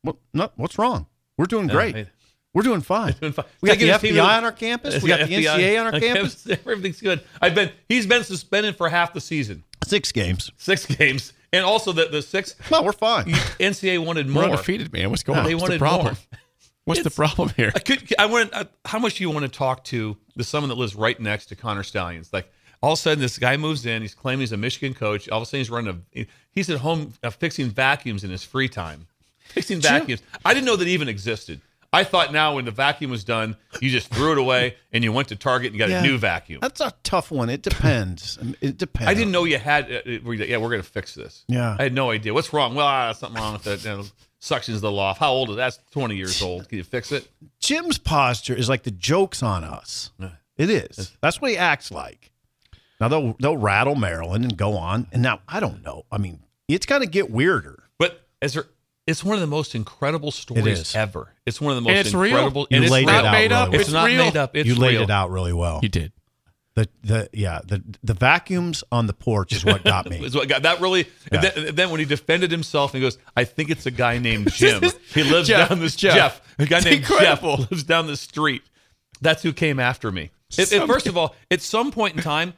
[SPEAKER 3] what, no, what's wrong? We're doing great.
[SPEAKER 2] I-
[SPEAKER 3] We're doing fine.
[SPEAKER 2] doing fine.
[SPEAKER 3] We got
[SPEAKER 2] Taking
[SPEAKER 3] the
[SPEAKER 2] his team
[SPEAKER 3] FBI
[SPEAKER 2] to the-
[SPEAKER 3] on our campus. We got the
[SPEAKER 2] FBI
[SPEAKER 3] NCAA on our campus.
[SPEAKER 2] (laughs) Everything's good. I've been he's been suspended for half the season,
[SPEAKER 3] Six games.
[SPEAKER 2] six (laughs) games, and also the the six
[SPEAKER 3] No,
[SPEAKER 2] (laughs)
[SPEAKER 3] we're fine.
[SPEAKER 2] NCAA wanted
[SPEAKER 4] We're
[SPEAKER 2] more.
[SPEAKER 4] undefeated, man. What's going on?
[SPEAKER 2] They
[SPEAKER 4] What's
[SPEAKER 2] wanted
[SPEAKER 4] the problem?
[SPEAKER 2] more.
[SPEAKER 4] What's the problem here?
[SPEAKER 2] I could. I want. I, how much do you want to talk to the someone that lives right next to Connor Stallions? Like all of a sudden, this guy moves in. He's claiming he's a Michigan coach. All of a sudden, he's running a. He's at home uh, fixing vacuums in his free time. Fixing vacuums. I didn't know that even existed. I thought now when the vacuum was done, you just threw it
[SPEAKER 3] (laughs)
[SPEAKER 2] away and you went to Target and got
[SPEAKER 3] Yeah.
[SPEAKER 2] a new vacuum.
[SPEAKER 3] That's a tough one. It depends. It depends.
[SPEAKER 2] I didn't know you had. Uh, uh, were you- yeah, we're gonna fix this.
[SPEAKER 3] Yeah.
[SPEAKER 2] I had no idea. What's wrong? Well, ah, something wrong with it. You know, suctions the loft. How old is that? That's twenty years old. Can you fix it?
[SPEAKER 3] Jim's posture is like the joke's on us. It is. That's what he acts like. Now they'll they'll rattle Maryland and go on. And now I don't know. I mean, it's gonna get weirder.
[SPEAKER 2] But as there, it's one of the most incredible stories
[SPEAKER 3] is.
[SPEAKER 2] ever. It's one of the most
[SPEAKER 4] And it's real.
[SPEAKER 2] incredible.
[SPEAKER 3] You
[SPEAKER 2] and it's
[SPEAKER 3] laid it
[SPEAKER 2] not
[SPEAKER 3] out
[SPEAKER 2] made
[SPEAKER 3] really
[SPEAKER 2] up.
[SPEAKER 3] well.
[SPEAKER 2] It's, not
[SPEAKER 4] real.
[SPEAKER 2] made up. It's
[SPEAKER 3] you laid
[SPEAKER 2] real.
[SPEAKER 3] it out really well.
[SPEAKER 4] He did.
[SPEAKER 3] The the yeah the the vacuums on the porch is what got me.
[SPEAKER 2] Is what got that really?
[SPEAKER 3] Yeah.
[SPEAKER 2] And, then, and then when he defended himself and he goes, I think it's a guy
[SPEAKER 4] (laughs)
[SPEAKER 2] named Jim. he lives
[SPEAKER 4] Jeff,
[SPEAKER 2] down this
[SPEAKER 4] Jeff.
[SPEAKER 2] Jeff. A guy
[SPEAKER 4] It's
[SPEAKER 2] named
[SPEAKER 4] incredible.
[SPEAKER 2] Jeff lives down the street. That's who came after me. If- if- first of all, at some point in time,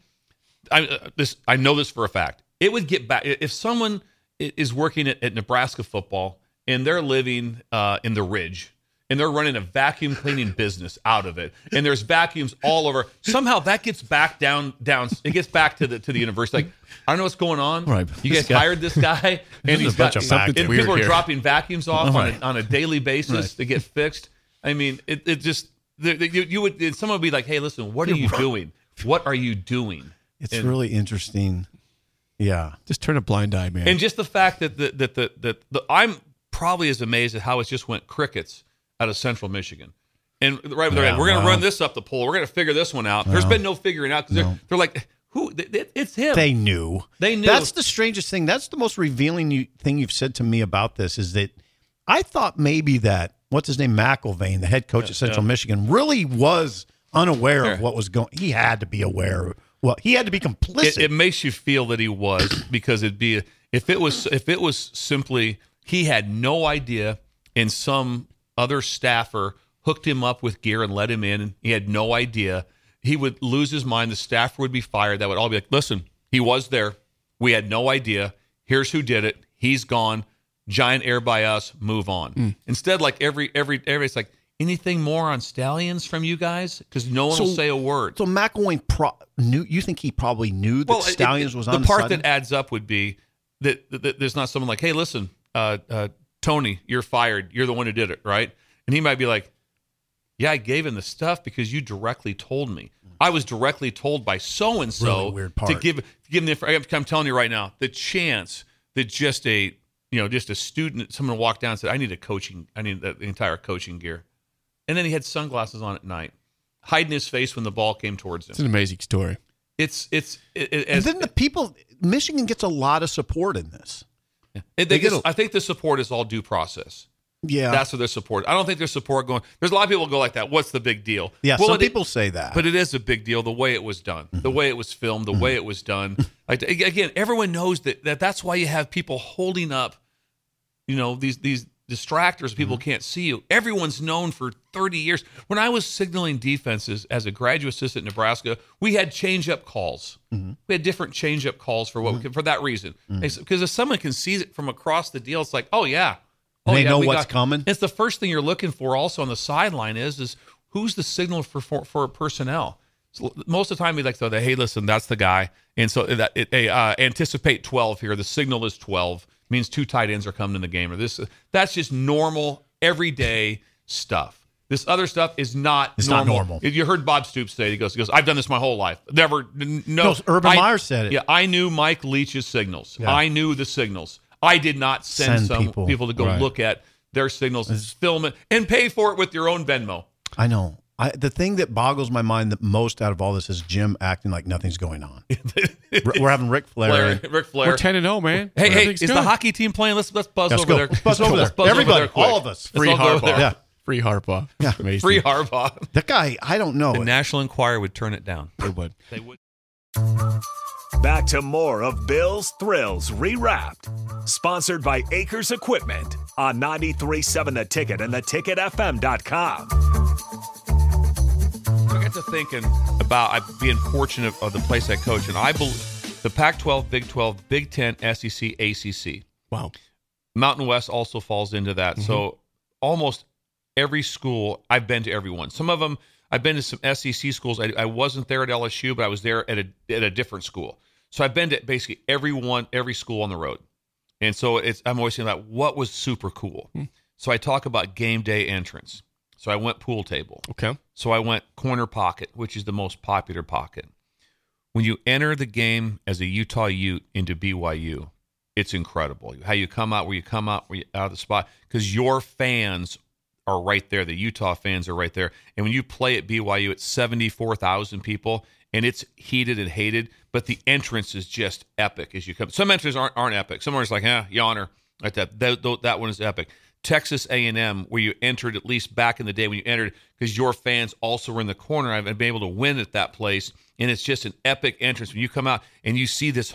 [SPEAKER 2] I uh, this I know this for a fact. It would get back if someone i- is working at, at Nebraska football and they're living uh, in the Ridge and they're running a vacuum cleaning business out of it and there's vacuums all over. Somehow that gets back down down. It gets back to the to the university. Like I don't know what's going on.
[SPEAKER 3] Right.
[SPEAKER 2] You
[SPEAKER 3] (laughs) This
[SPEAKER 2] guys
[SPEAKER 3] guy-
[SPEAKER 2] hired this guy and
[SPEAKER 3] is
[SPEAKER 2] he's
[SPEAKER 3] a bunch
[SPEAKER 2] got
[SPEAKER 3] of vacuums.
[SPEAKER 2] and people
[SPEAKER 3] Weird
[SPEAKER 2] are
[SPEAKER 3] here.
[SPEAKER 2] dropping vacuums off
[SPEAKER 3] Right.
[SPEAKER 2] on, a, on a daily basis to get fixed. I mean, it, it just the, the, you, you would someone would be like, "Hey, listen, what are you doing? What are you doing?"
[SPEAKER 3] It's
[SPEAKER 2] And-
[SPEAKER 3] really interesting. Yeah.
[SPEAKER 4] Just turn a blind eye, man.
[SPEAKER 2] And just the fact that the that the that the I'm probably as amazed at how it just went crickets out of Central Michigan. And right, they're
[SPEAKER 3] Yeah,
[SPEAKER 2] like, we're going to
[SPEAKER 3] wow.
[SPEAKER 2] run this up the pole. We're going to figure this one out. There's been no figuring out 'cause they're, they're like, who? th- th- It's him.
[SPEAKER 3] They knew.
[SPEAKER 2] They knew.
[SPEAKER 3] That's the strangest thing. That's the most revealing you, thing you've said to me about this is that I thought maybe that what's his name McIlvain, the head coach at Central Michigan, really was unaware of what was going. He had to be aware. of- Well, he had to be complicit.
[SPEAKER 2] it, it makes you feel that he was (clears throat) because it'd be if it was if it was simply he had no idea and some other staffer hooked him up with gear and let him in and he had no idea he would lose his mind the staffer would be fired that would all be like listen he was there we had no idea here's who did it he's gone giant air by us move on
[SPEAKER 3] Hmm.
[SPEAKER 2] instead like every every everybody's like anything more on stallions from you guys because no one will
[SPEAKER 3] So-
[SPEAKER 2] say a word
[SPEAKER 3] so McIlvain pro- knew. You think he probably knew that
[SPEAKER 2] it- it-
[SPEAKER 3] Stallions was
[SPEAKER 2] the
[SPEAKER 3] on
[SPEAKER 2] part
[SPEAKER 3] side of
[SPEAKER 2] that adds up would be that, that, that there's not someone like, hey, listen, uh, uh, Tony, you're fired. You're the one who did it, right? And he might be like, yeah, I gave him the stuff because you directly told me. I was directly told by so and so
[SPEAKER 3] Really weird
[SPEAKER 2] to
[SPEAKER 3] part.
[SPEAKER 2] give give him the. I'm- I'm telling you right now, the chance that just a you know just a student, someone walked down and said, I need a coaching, I need the, the entire coaching gear, and then he had sunglasses on at night, hiding his face when the ball came towards
[SPEAKER 4] it's an
[SPEAKER 2] him.
[SPEAKER 4] amazing story.
[SPEAKER 2] It's it's it, it-
[SPEAKER 3] and
[SPEAKER 2] as,
[SPEAKER 3] then the people Michigan gets a lot of support in this.
[SPEAKER 2] It,
[SPEAKER 3] They
[SPEAKER 2] they
[SPEAKER 3] get
[SPEAKER 2] just-
[SPEAKER 3] a-
[SPEAKER 2] I think the support is all due process.
[SPEAKER 3] Yeah,
[SPEAKER 2] That's what their support. I don't think their support going. There's a lot of people go like that. What's the big deal?
[SPEAKER 3] yeah.
[SPEAKER 2] Well,
[SPEAKER 3] some
[SPEAKER 2] it-
[SPEAKER 3] people say that,
[SPEAKER 2] But it is a big deal the way it was done, the way it was filmed, the way it was
[SPEAKER 3] (laughs)
[SPEAKER 2] done. Like ag- again, everyone knows that, that that's why you have people holding up, you know, these these distractors. People
[SPEAKER 3] Mm-hmm.
[SPEAKER 2] can't see you. Everyone's known for 30 years. When I was signaling defenses as a graduate assistant in Nebraska, we had change up calls.
[SPEAKER 3] Mm-hmm.
[SPEAKER 2] We had different change up calls for what we could, for that reason. Because if someone can see it from across the deal, it's like, oh yeah. Oh,
[SPEAKER 3] They
[SPEAKER 2] yeah,
[SPEAKER 3] know
[SPEAKER 2] we
[SPEAKER 3] what's
[SPEAKER 2] got-
[SPEAKER 3] coming?
[SPEAKER 2] it's the first thing you're looking for also on the sideline is is who's the signal for for, for personnel so most of the time we like to say hey listen that's the guy and so that it, hey, uh, anticipate 12 here the signal is 12 means two tight ends are coming in the game or this that's just normal everyday stuff this other stuff is not
[SPEAKER 3] It's not
[SPEAKER 2] normal.
[SPEAKER 3] normal.
[SPEAKER 2] You heard Bob Stoops say it. He goes, he goes, I've done this my whole life. Never, n- no.
[SPEAKER 3] No, Urban
[SPEAKER 2] I-
[SPEAKER 3] Meyer said it.
[SPEAKER 2] Yeah, I knew Mike Leach's signals. I knew the signals. I did not send,
[SPEAKER 3] Send
[SPEAKER 2] some
[SPEAKER 3] people.
[SPEAKER 2] people, to go
[SPEAKER 3] Right.
[SPEAKER 2] look look at their signals, film it, and pay for it with your own Venmo.
[SPEAKER 3] I know. I, the thing that boggles my mind the most out of all this is Jim acting like nothing's going
[SPEAKER 2] (laughs)
[SPEAKER 3] on. R- We're having Ric Flair.
[SPEAKER 2] Flair, Ric Flair.
[SPEAKER 4] We're 10 and 0, man.
[SPEAKER 2] hey, hey, is
[SPEAKER 4] Everything's
[SPEAKER 2] the
[SPEAKER 4] good.
[SPEAKER 2] hockey team playing? Let's let's buzz
[SPEAKER 3] Let's
[SPEAKER 2] over
[SPEAKER 3] go.
[SPEAKER 2] there.
[SPEAKER 3] Let's buzz over there.
[SPEAKER 2] buzz over
[SPEAKER 3] Everybody,
[SPEAKER 2] there quick.
[SPEAKER 3] all of us.
[SPEAKER 2] Let's
[SPEAKER 4] Free
[SPEAKER 2] all go over
[SPEAKER 4] Harbaugh.
[SPEAKER 2] there.
[SPEAKER 3] Yeah.
[SPEAKER 4] Free Harbaugh.
[SPEAKER 3] Yeah.
[SPEAKER 4] Amazing.
[SPEAKER 2] Free Harbaugh.
[SPEAKER 3] That guy, I don't know.
[SPEAKER 2] The National Enquirer would turn it down.
[SPEAKER 4] Good one.
[SPEAKER 1] Back to more of Bill's Thrills Rewrapped, sponsored by Acres Equipment on 937 The Ticket and theticketfm.com.
[SPEAKER 2] I got to thinking about I being fortunate of the place I coach, and I believe the Pac-12, Big 12, Big E 10, SEC, ACC.
[SPEAKER 4] Wow.
[SPEAKER 2] Mountain West also falls into that. So almost every school I've been to, everyone. Some of them I've been to some SEC schools. I, I wasn't there at LSU, but I was there at a at a different school. So I've been to basically every one, every school on the road. And so it's I'm always thinking about what was super cool. So I talk about game day entrance. So I went pool table.
[SPEAKER 4] Okay.
[SPEAKER 2] So I went corner pocket, which is the most popular pocket. When you enter the game as a Utah Ute into BYU, it's incredible how you come out where you come out where you out of the spot because your fans are right there. The Utah fans are right there, and when you play at BYU, it's seventy four thousand people, and it's heated and hated. But the entrance is just epic as you come. Some entrances aren't aren't epic. Some are just like, eh, yawner like that. That, tho- that one is epic. Texas A and M, where you entered at least back in the day when you entered, because your fans also were in the corner. I've been able to win at that place, and it's just an epic entrance when you come out and you see this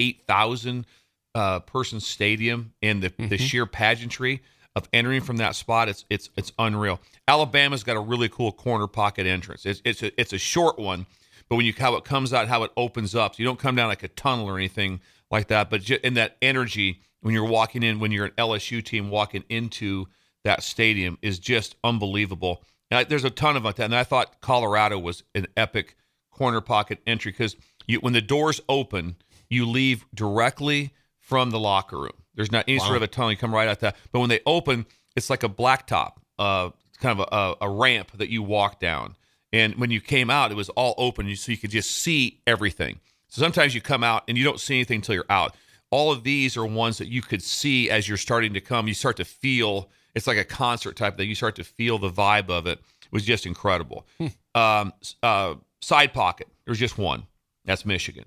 [SPEAKER 2] 108,000 uh, person stadium and the, the sheer pageantry of entering from that spot. It's it's it's unreal. Alabama's got a really cool corner pocket entrance. It's it's a, it's a short one, but when you how it comes out, how it opens up, so you don't come down like a tunnel or anything like that. But ju- in that energy when you're walking in, when you're an LSU team walking into that stadium is just unbelievable. And I, there's a ton of that, and I thought Colorado was an epic corner pocket entry because when the doors open, you leave directly from the locker room. There's not any sort of a tunnel. You come right out that. But when they open, it's like a blacktop, uh, it's kind of a, a, a ramp that you walk down. And when you came out, it was all open, so you could just see everything. So sometimes you come out and you don't see anything until you're out. All of these are ones that you could see as you're starting to come. You start to feel it's like a concert type thing. You start to feel the vibe of it. It was just incredible. Um, uh, side pocket. There's just one. That's Michigan.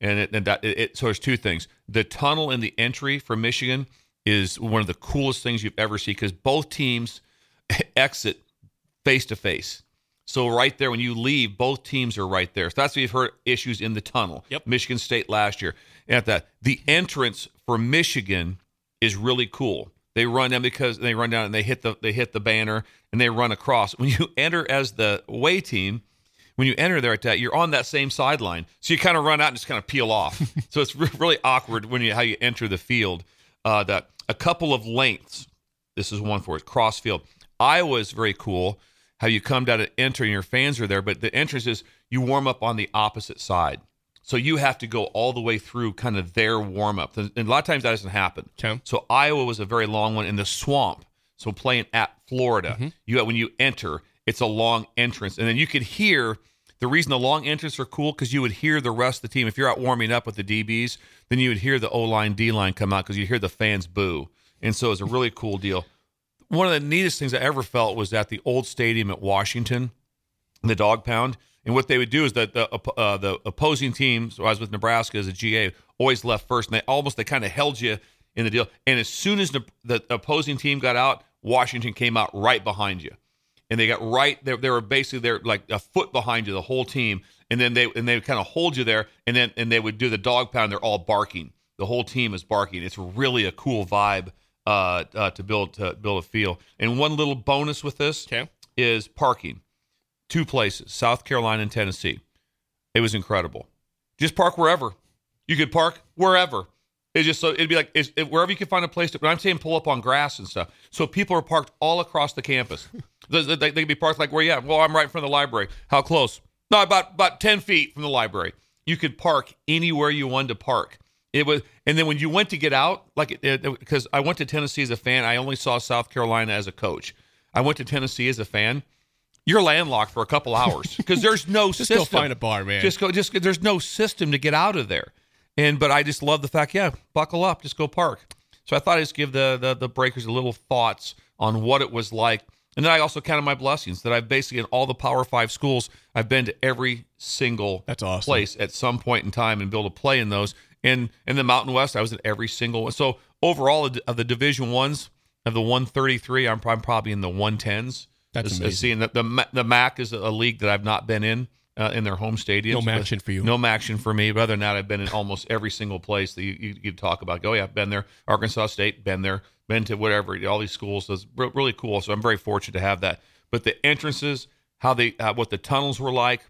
[SPEAKER 2] And, it, and that, it, it- so there's two things. The tunnel and the entry from Michigan is one of the coolest things you've ever seen because both teams (laughs) exit face to face. So right there, when you leave, both teams are right there. So that's where you've heard issues in the tunnel.
[SPEAKER 4] Yep.
[SPEAKER 2] Michigan State last year. And at that, the entrance for Michigan is really cool. They run down because they run down and they hit the they hit the banner and they run across. When you (laughs) enter as the away team, when you enter there at that, you're on that same sideline. So you kind of run out and just kind of peel off. so it's re- really awkward when you how you enter the field. Uh, that a couple of lengths. This is one for it. Cross field. Iowa is very cool. How you come down and enter and your fans are there, but the entrance is you warm up on the opposite side. So you have to go all the way through kind of their warm up. And a lot of times that doesn't happen.
[SPEAKER 4] Okay.
[SPEAKER 2] So Iowa was a very long one in the swamp. So playing at Florida, you when you enter, it's a long entrance, and then you could hear the reason the long entrance are cool because you would hear the rest of the team. If you're out warming up with the DBs, then you would hear the O line, D line come out because you hear the fans boo, and so it's a really cool deal. One of the neatest things I ever felt was at the old stadium at Washington the dog pound. And what they would do is that the op- uh, the opposing team, so I was with Nebraska as a GA, always left first, and they almost they kind of held you in the deal. And as soon as the, the opposing team got out, Washington came out right behind you, and they got right there. They were basically they're like a foot behind you, the whole team, and then they and they would kind of hold you there, and then and they would do the dog pound. They're all barking. The whole team is barking. It's really a cool vibe uh, uh, to build to build a feel. And one little bonus with this
[SPEAKER 4] Okay.
[SPEAKER 2] is parking two places, South Carolina and Tennessee. It was incredible. Just park wherever. You could park wherever. It's just so it'd be like it's, it, wherever you can find a place to. But I'm saying pull up on grass and stuff. So people are parked all across the
[SPEAKER 4] (laughs)
[SPEAKER 2] campus. they, they, they could be parked like where you at? Well, I'm right in front of the library. How close? No, about about ten feet from the library. You could park anywhere you wanted to park. It was, and then when you went to get out, like because I went to Tennessee as a fan, I only saw South Carolina as a coach. I went to Tennessee as a fan you're landlocked for a couple hours because there's no
[SPEAKER 4] (laughs) Just go
[SPEAKER 2] system.
[SPEAKER 4] find a bar, man.
[SPEAKER 2] Just go. Just there's no system to get out of there. And but I just love the fact. Yeah, buckle up. Just go park. So I thought I'd just give the the, the breakers a little thoughts on what it was like. And then I also counted my blessings that I've basically in all the Power Five schools I've been to every single
[SPEAKER 4] That's awesome.
[SPEAKER 2] place at some point in time and be able to play in those. And in the Mountain West, I was in every single one. So overall of the- of the Division ones of the 133, I'm, prob- probably in the 110s.
[SPEAKER 4] That's
[SPEAKER 2] Is- is
[SPEAKER 4] amazing.
[SPEAKER 2] Seeing that the Ma- the MAC is a league that I've not been in uh, in their home stadium.
[SPEAKER 4] No action for you.
[SPEAKER 2] No action for me. But other than that, I've been in almost every single place that you, you, you talk about. Go, yeah, I've been there. Arkansas State, been there. Been to whatever, all these schools. So it's re- really cool. So I'm very fortunate to have that. But the entrances, how they, uh, what the tunnels were like,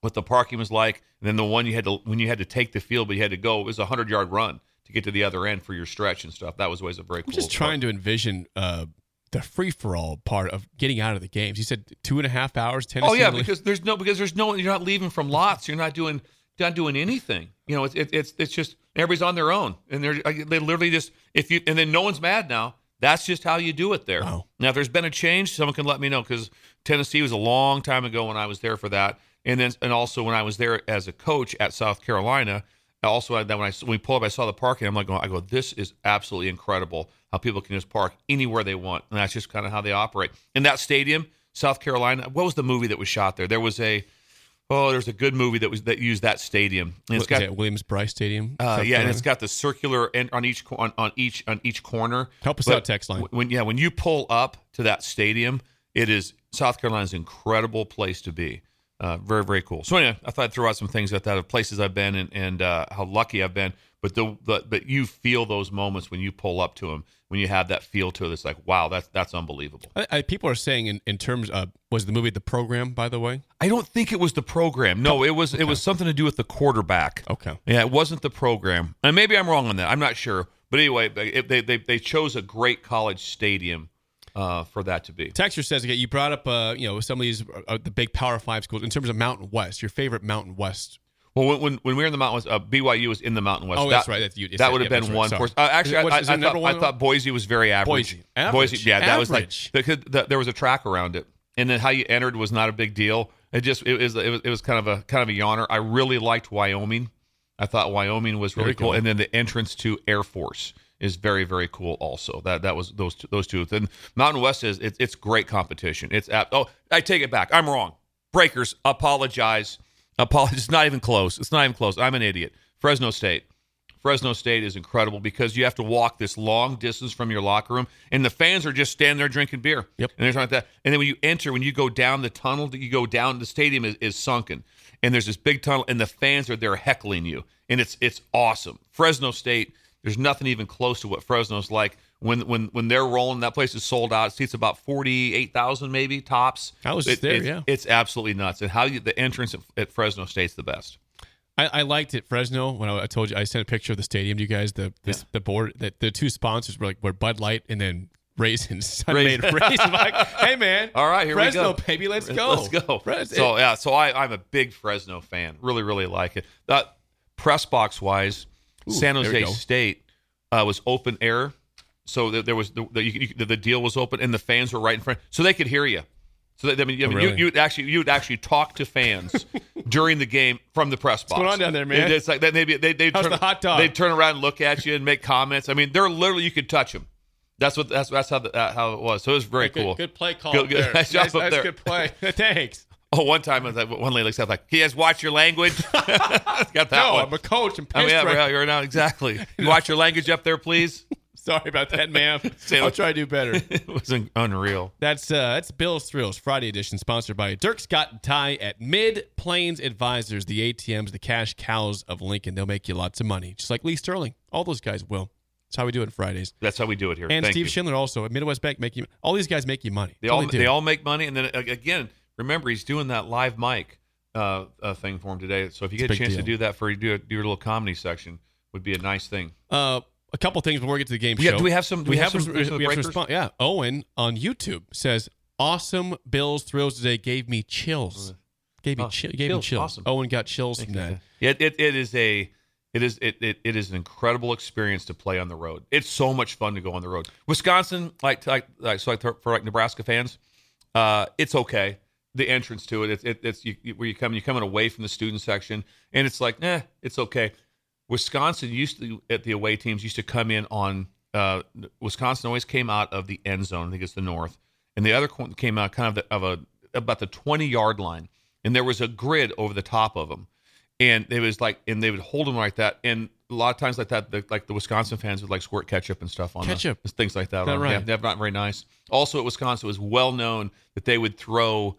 [SPEAKER 2] what the parking was like, and then the one you had to when you had to take the field, but you had to go. It was a hundred yard run to get to the other end for your stretch and stuff. That was always a very
[SPEAKER 4] I'm
[SPEAKER 2] cool.
[SPEAKER 4] just trying to envision uh, the free for all part of getting out of the games. You said two and a half hours. Tennessee.
[SPEAKER 2] Oh yeah,
[SPEAKER 4] to leave.
[SPEAKER 2] because there's no because there's no you're not leaving from lots. You're not doing not doing anything. You know, it's it, it's it's just everybody's on their own, and they're like, they literally just if you and then no one's mad now. That's just how you do it there.
[SPEAKER 4] Wow.
[SPEAKER 2] Now, if there's been a change, someone can let me know because Tennessee was a long time ago when I was there for that, and then and also when I was there as a coach at South Carolina. Also, I- that when I when we pull up, I saw the parking. I'm like, going, I go, this is absolutely incredible how people can just park anywhere they want, and that's just kind of how they operate. In that stadium, South Carolina, what was the movie that was shot there? There was a oh, there's a good movie that was that used that stadium. And
[SPEAKER 4] What
[SPEAKER 2] it's
[SPEAKER 4] is
[SPEAKER 2] got
[SPEAKER 4] it, Williams Bryce Stadium.
[SPEAKER 2] uh,
[SPEAKER 4] South
[SPEAKER 2] yeah, and
[SPEAKER 4] Carolina?
[SPEAKER 2] it's got the circular end on each cor- on, on each on each corner.
[SPEAKER 4] Help us out, text line.
[SPEAKER 2] w- When yeah, when you pull up to that stadium, it is South Carolina's incredible place to be. uh, very very cool. So anyway, I thought I'd throw out some things like that of places I've been and, and uh, how lucky I've been. But the, the but you feel those moments when you pull up to them, when you have that feel to it. It's like wow, that's that's unbelievable.
[SPEAKER 4] I, I, people are saying in, in terms of was the movie the program by the way?
[SPEAKER 2] I don't think it was the program. No, it was it was something to do with the quarterback.
[SPEAKER 4] Okay.
[SPEAKER 2] Yeah, it wasn't the program. And maybe I'm wrong on that. I'm not sure. But anyway, it, they, they they chose a great college stadium uh, for that to be.
[SPEAKER 4] Texture says okay, you brought up uh, you know some of these uh, the big Power Five schools in terms of Mountain West. Your favorite Mountain West?
[SPEAKER 2] Well, when, when, when we were in the Mountain West, uh, BYU was in the Mountain West.
[SPEAKER 4] Oh, that's right. That's you-
[SPEAKER 2] that would have
[SPEAKER 4] yeah,
[SPEAKER 2] been
[SPEAKER 4] that's right.
[SPEAKER 2] one.
[SPEAKER 4] Sorry.
[SPEAKER 2] For, uh, actually,
[SPEAKER 4] Is it-
[SPEAKER 2] I, I,
[SPEAKER 4] what's- is it number
[SPEAKER 2] thought,
[SPEAKER 4] one?
[SPEAKER 2] I thought Boise was very average.
[SPEAKER 4] Boise. Average.
[SPEAKER 2] yeah, that was like
[SPEAKER 4] Average.
[SPEAKER 2] because the, there was a track around it, and then how you entered was not a big deal. It just it was it was, it was kind of a kind of a yawner. I really liked Wyoming. I thought Wyoming was really
[SPEAKER 4] Very
[SPEAKER 2] cool,
[SPEAKER 4] cool.
[SPEAKER 2] and then the entrance to Air Force is very very cool. Also, that that was those two, those two. Then Mountain West is it's it's great competition. It's at, oh I take it back. I'm wrong. Breakers, apologize. Apologize. It's not even close. It's not even close. I'm an idiot. Fresno State. Fresno State is incredible because you have to walk this long distance from your locker room, and the fans are just standing there drinking beer.
[SPEAKER 4] Yep.
[SPEAKER 2] And there's like that. And then when you enter, when you go down the tunnel, that you go down, the stadium is, is sunken, and there's this big tunnel, and the fans are there heckling you, and it's it's awesome. Fresno State, there's nothing even close to what Fresno's like when when when they're rolling. That place is sold out. It seats about forty eight thousand maybe tops.
[SPEAKER 4] I was there,
[SPEAKER 2] it's-
[SPEAKER 4] yeah.
[SPEAKER 2] It's absolutely nuts. And how you, the entrance at, at Fresno State's the best.
[SPEAKER 4] I, I liked it. Fresno. When I, I told you, I sent a picture of the stadium to you guys. The the, the board that the two sponsors were like were Bud Light (laughs) and then Raisins. I
[SPEAKER 2] Raisin.
[SPEAKER 4] made Raisins. I'm like, hey man,
[SPEAKER 2] (laughs) All right, here
[SPEAKER 4] Fresno,
[SPEAKER 2] we go.
[SPEAKER 4] baby, let's
[SPEAKER 2] Let's-
[SPEAKER 4] go.
[SPEAKER 2] Let's go.
[SPEAKER 4] Fres-
[SPEAKER 2] so yeah, so I, I'm a big Fresno fan. Really, really like it. Uh, press box wise, San
[SPEAKER 4] there we
[SPEAKER 2] Jose
[SPEAKER 4] go.
[SPEAKER 2] State uh, was open air, so there, there was the, the, you, the- the deal was open and the fans were right in front, so they could hear you. So that, I mean, I mean
[SPEAKER 4] Oh, really?
[SPEAKER 2] you, you'd actually you'd actually talk to
[SPEAKER 4] (laughs)
[SPEAKER 2] fans during the game from the press box.
[SPEAKER 4] going on down there, man?
[SPEAKER 2] It- It's like that. Maybe they they
[SPEAKER 4] How's the hot dog?
[SPEAKER 2] They turn around and look at you and make comments. I mean, they're literally you could touch them. That's what that's that's how the, uh, how it was. So it was very
[SPEAKER 4] good,
[SPEAKER 2] cool.
[SPEAKER 4] Good play call.
[SPEAKER 2] Good-
[SPEAKER 4] up
[SPEAKER 2] good- (laughs)
[SPEAKER 4] there.
[SPEAKER 2] nice job up
[SPEAKER 4] nice
[SPEAKER 2] there. (laughs)
[SPEAKER 4] good play. Thanks.
[SPEAKER 2] Oh, one time I was like, one lady looks up like, "He has watch your
[SPEAKER 4] (laughs)
[SPEAKER 2] language." (laughs) Got that
[SPEAKER 4] no,
[SPEAKER 2] one.
[SPEAKER 4] I'm a coach. I'm pissed
[SPEAKER 2] I mean, yeah,
[SPEAKER 4] right
[SPEAKER 2] right, right now, exactly. You watch your language up there, please.
[SPEAKER 4] (laughs) Sorry about
[SPEAKER 2] (laughs)
[SPEAKER 4] that, ma'am.
[SPEAKER 2] Say
[SPEAKER 4] I'll
[SPEAKER 2] what-
[SPEAKER 4] try to do better.
[SPEAKER 2] (laughs) It was un- unreal.
[SPEAKER 4] That's uh, that's Bill's Thrills Friday edition, sponsored by Dirk Scott and Ty at Mid Plains Advisors, the ATMs, the cash cows of Lincoln. They'll make you lots of money, just like Lee Sterling. All those guys will. That's how we do it Fridays.
[SPEAKER 2] That's how we do it here.
[SPEAKER 4] And
[SPEAKER 2] Thank
[SPEAKER 4] Steve
[SPEAKER 2] you.
[SPEAKER 4] Schindler also at Midwest Bank make you. All these guys make you money.
[SPEAKER 2] They
[SPEAKER 4] That's
[SPEAKER 2] all
[SPEAKER 4] do.
[SPEAKER 2] they all make money, and then a- again, remember he's doing that live mic uh, uh, thing for him today. So if you
[SPEAKER 4] It's
[SPEAKER 2] get
[SPEAKER 4] a
[SPEAKER 2] a
[SPEAKER 4] big
[SPEAKER 2] chance to
[SPEAKER 4] deal.
[SPEAKER 2] do that for you, do, a- do your little comedy section would be a nice thing.
[SPEAKER 4] Uh, a couple things before we get to the game
[SPEAKER 2] We have-
[SPEAKER 4] show.
[SPEAKER 2] do we have some- do
[SPEAKER 4] We,
[SPEAKER 2] we
[SPEAKER 4] have,
[SPEAKER 2] have
[SPEAKER 4] some.
[SPEAKER 2] some-
[SPEAKER 4] we have
[SPEAKER 2] some
[SPEAKER 4] some
[SPEAKER 2] breakers?
[SPEAKER 4] response. Yeah, Owen on YouTube says, "Awesome Bills thrills today gave me chills. Gave me
[SPEAKER 2] Oh,
[SPEAKER 4] chill. Gave
[SPEAKER 2] chills.
[SPEAKER 4] me chills.
[SPEAKER 2] Awesome.
[SPEAKER 4] Owen got chills from that. (laughs)
[SPEAKER 2] Yeah, It, it, it is a it is it, it, it is an incredible experience to play on the road. It's so much fun to go on the road. Wisconsin, like like, like so like for for, like Nebraska fans, uh, it's okay. The entrance to it, it's it, it's you, you- where you come. You're coming away from the student section, and it's like, eh, it's okay. Wisconsin used to at the away teams used to come in on. Uh, Wisconsin always came out of the end zone. I think it's the north, and the other one came out kind of the, of a about the twenty yard line, and there was a grid over the top of them and it was like and they would hold them like that and a lot of times like that the, like the wisconsin fans would like squirt ketchup and stuff on the-
[SPEAKER 4] Ketchup.
[SPEAKER 2] things like that
[SPEAKER 4] That
[SPEAKER 2] on,
[SPEAKER 4] right.
[SPEAKER 2] yeah, they're not very nice also at wisconsin it was well known that they would throw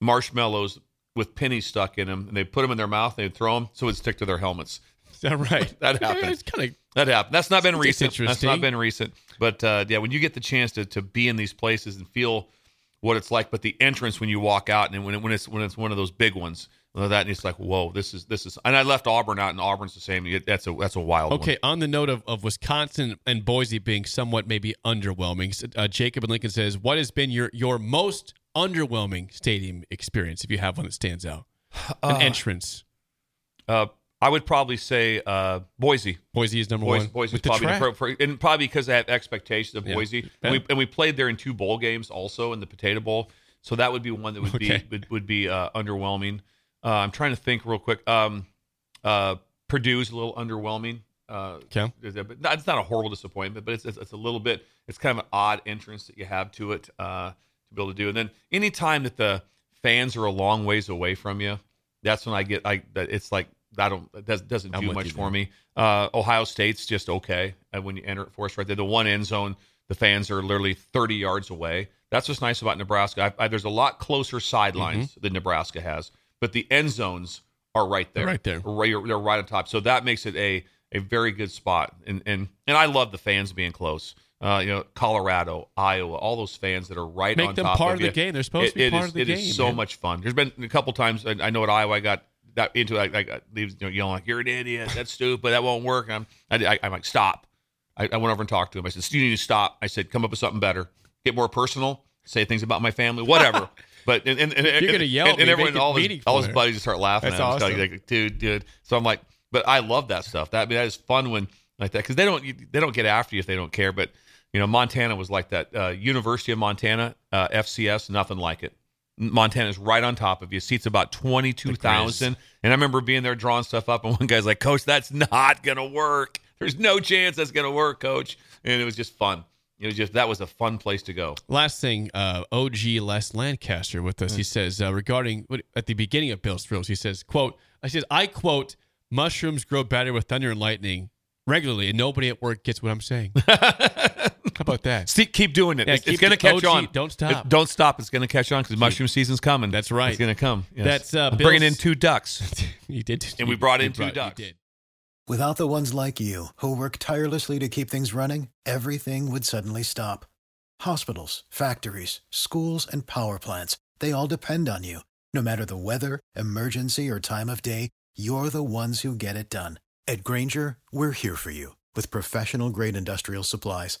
[SPEAKER 2] marshmallows with pennies stuck in them and they put them in their mouth and they'd throw them so it would stick to their helmets
[SPEAKER 4] Is that right?
[SPEAKER 2] (laughs) That
[SPEAKER 4] Yeah,
[SPEAKER 2] happened.
[SPEAKER 4] (laughs) It's kind of
[SPEAKER 2] that happened that's not been
[SPEAKER 4] That's
[SPEAKER 2] recent that's not
[SPEAKER 4] interesting.
[SPEAKER 2] been recent but uh, yeah when you get the chance to, to be in these places and feel what it's like but the entrance when you walk out and when, it, when it's when it's one of those big ones well, that and it's like whoa this is this is and i left auburn out and auburn's the same It- that's a that's a wild one.
[SPEAKER 4] Okay, on the note of, of Wisconsin and Boise being somewhat maybe underwhelming, uh, Jacob and Lincoln says, "What has been your your most underwhelming stadium experience? If you have one that
[SPEAKER 2] (sighs)
[SPEAKER 4] stands out, an entrance.
[SPEAKER 2] Uh, I would probably say uh, Boise.
[SPEAKER 4] Boise is number
[SPEAKER 2] Boise,
[SPEAKER 4] one.
[SPEAKER 2] Boise is
[SPEAKER 4] With the
[SPEAKER 2] probably
[SPEAKER 4] track.
[SPEAKER 2] appropriate, and probably because I have expectations of
[SPEAKER 4] Yeah.
[SPEAKER 2] Boise.
[SPEAKER 4] Yeah.
[SPEAKER 2] And, we, and we played there in two bowl games also in the Potato Bowl, so that would be one that would
[SPEAKER 4] Okay.
[SPEAKER 2] be would, would be uh, underwhelming. Uh, I'm trying to think real quick. Um, uh, Purdue's a little underwhelming. Uh,
[SPEAKER 4] Okay.
[SPEAKER 2] is it- but not- it's not a horrible disappointment, but it's, it's it's a little bit. It's kind of an odd entrance that you have to it uh, to be able to do. And then any time that the fans are a long ways away from you, that's when I get I. that- It's like I don't that doesn't- doesn't
[SPEAKER 4] I'm
[SPEAKER 2] do
[SPEAKER 4] with
[SPEAKER 2] much
[SPEAKER 4] you
[SPEAKER 2] for me. Uh, Ohio State's just okay uh, when you enter it for us right there. The one end zone, the fans are literally 30
[SPEAKER 4] Mm-hmm.
[SPEAKER 2] yards away. That's what's nice about Nebraska. I, I, there's a lot closer sidelines than Nebraska has. but the end zones are right there.
[SPEAKER 4] Right there.
[SPEAKER 2] Right, they're right on top. So that makes it a a very good spot. And and and I love the fans being close. Uh, you know, Colorado, Iowa, all those fans that are right
[SPEAKER 4] Make
[SPEAKER 2] on
[SPEAKER 4] them
[SPEAKER 2] top
[SPEAKER 4] part
[SPEAKER 2] of,
[SPEAKER 4] of the
[SPEAKER 2] you.
[SPEAKER 4] game. They're supposed
[SPEAKER 2] It-
[SPEAKER 4] to be
[SPEAKER 2] it
[SPEAKER 4] part
[SPEAKER 2] is-
[SPEAKER 4] of the
[SPEAKER 2] It
[SPEAKER 4] game,
[SPEAKER 2] is so
[SPEAKER 4] man.
[SPEAKER 2] much fun. There's been a couple times I, I know at Iowa I got that into it. I, I got leaves you know, yelling like you're an idiot,
[SPEAKER 4] (laughs)
[SPEAKER 2] that's stupid, that won't work. And I'm I, I, am like stop. I, I went over and talked to him. I said, "You need to stop." I said, "Come up with something better, get more personal, say things about my family,
[SPEAKER 4] (laughs)
[SPEAKER 2] whatever." But and, and, and
[SPEAKER 4] You're gonna yell at
[SPEAKER 2] and,
[SPEAKER 4] me,
[SPEAKER 2] and
[SPEAKER 4] make
[SPEAKER 2] everyone,
[SPEAKER 4] it
[SPEAKER 2] all his,
[SPEAKER 4] meaningful
[SPEAKER 2] all his
[SPEAKER 4] there.
[SPEAKER 2] buddies just start laughing.
[SPEAKER 4] That's
[SPEAKER 2] at him. It's kinda
[SPEAKER 4] awesome.
[SPEAKER 2] Like, dude, dude. So I'm like, but I love that stuff. That I mean, that is fun when like that because they don't you- they don't get after you if they don't care. But you know, Montana was like that. Uh, University of Montana, uh, FCS, nothing like it. Montana's right on top of you. Seats about twenty two thousand. And I remember being there drawing stuff up, and (laughs) one guy's like, "Coach, that's not gonna work. There's no chance that's gonna work, Coach." And it was just fun. It was just that was a fun place to go.
[SPEAKER 4] Last thing, uh, OG Les Lancaster with
[SPEAKER 2] Mm.
[SPEAKER 4] us. He says uh, regarding what- at the beginning of Bill's thrills, he says, "quote I says I quote mushrooms grow better with thunder and lightning regularly, and nobody at work gets what
[SPEAKER 2] (laughs)
[SPEAKER 4] I'm saying. How about that?
[SPEAKER 2] See, keep doing it.
[SPEAKER 4] Yeah,
[SPEAKER 2] it's
[SPEAKER 4] keep
[SPEAKER 2] it's going to
[SPEAKER 4] do-
[SPEAKER 2] catch
[SPEAKER 4] OG,
[SPEAKER 2] on.
[SPEAKER 4] don't stop.
[SPEAKER 2] It- don't stop. It's going to catch on because mushroom season's coming.
[SPEAKER 4] That's right.
[SPEAKER 2] It's going to come. Yes.
[SPEAKER 4] That's, uh,
[SPEAKER 2] I'm bringing in
[SPEAKER 4] Bill's-
[SPEAKER 2] two ducks.
[SPEAKER 4] (laughs) He did,
[SPEAKER 2] And we brought
[SPEAKER 4] he
[SPEAKER 2] in two
[SPEAKER 4] he
[SPEAKER 2] ducks.
[SPEAKER 4] did.
[SPEAKER 8] Without the ones like you, who work tirelessly to keep things running, everything would suddenly stop. Hospitals, factories, schools, and power plants, they all depend on you. No matter the weather, emergency, or time of day, you're the ones who get it done. At Granger, we're here for you with professional grade industrial supplies.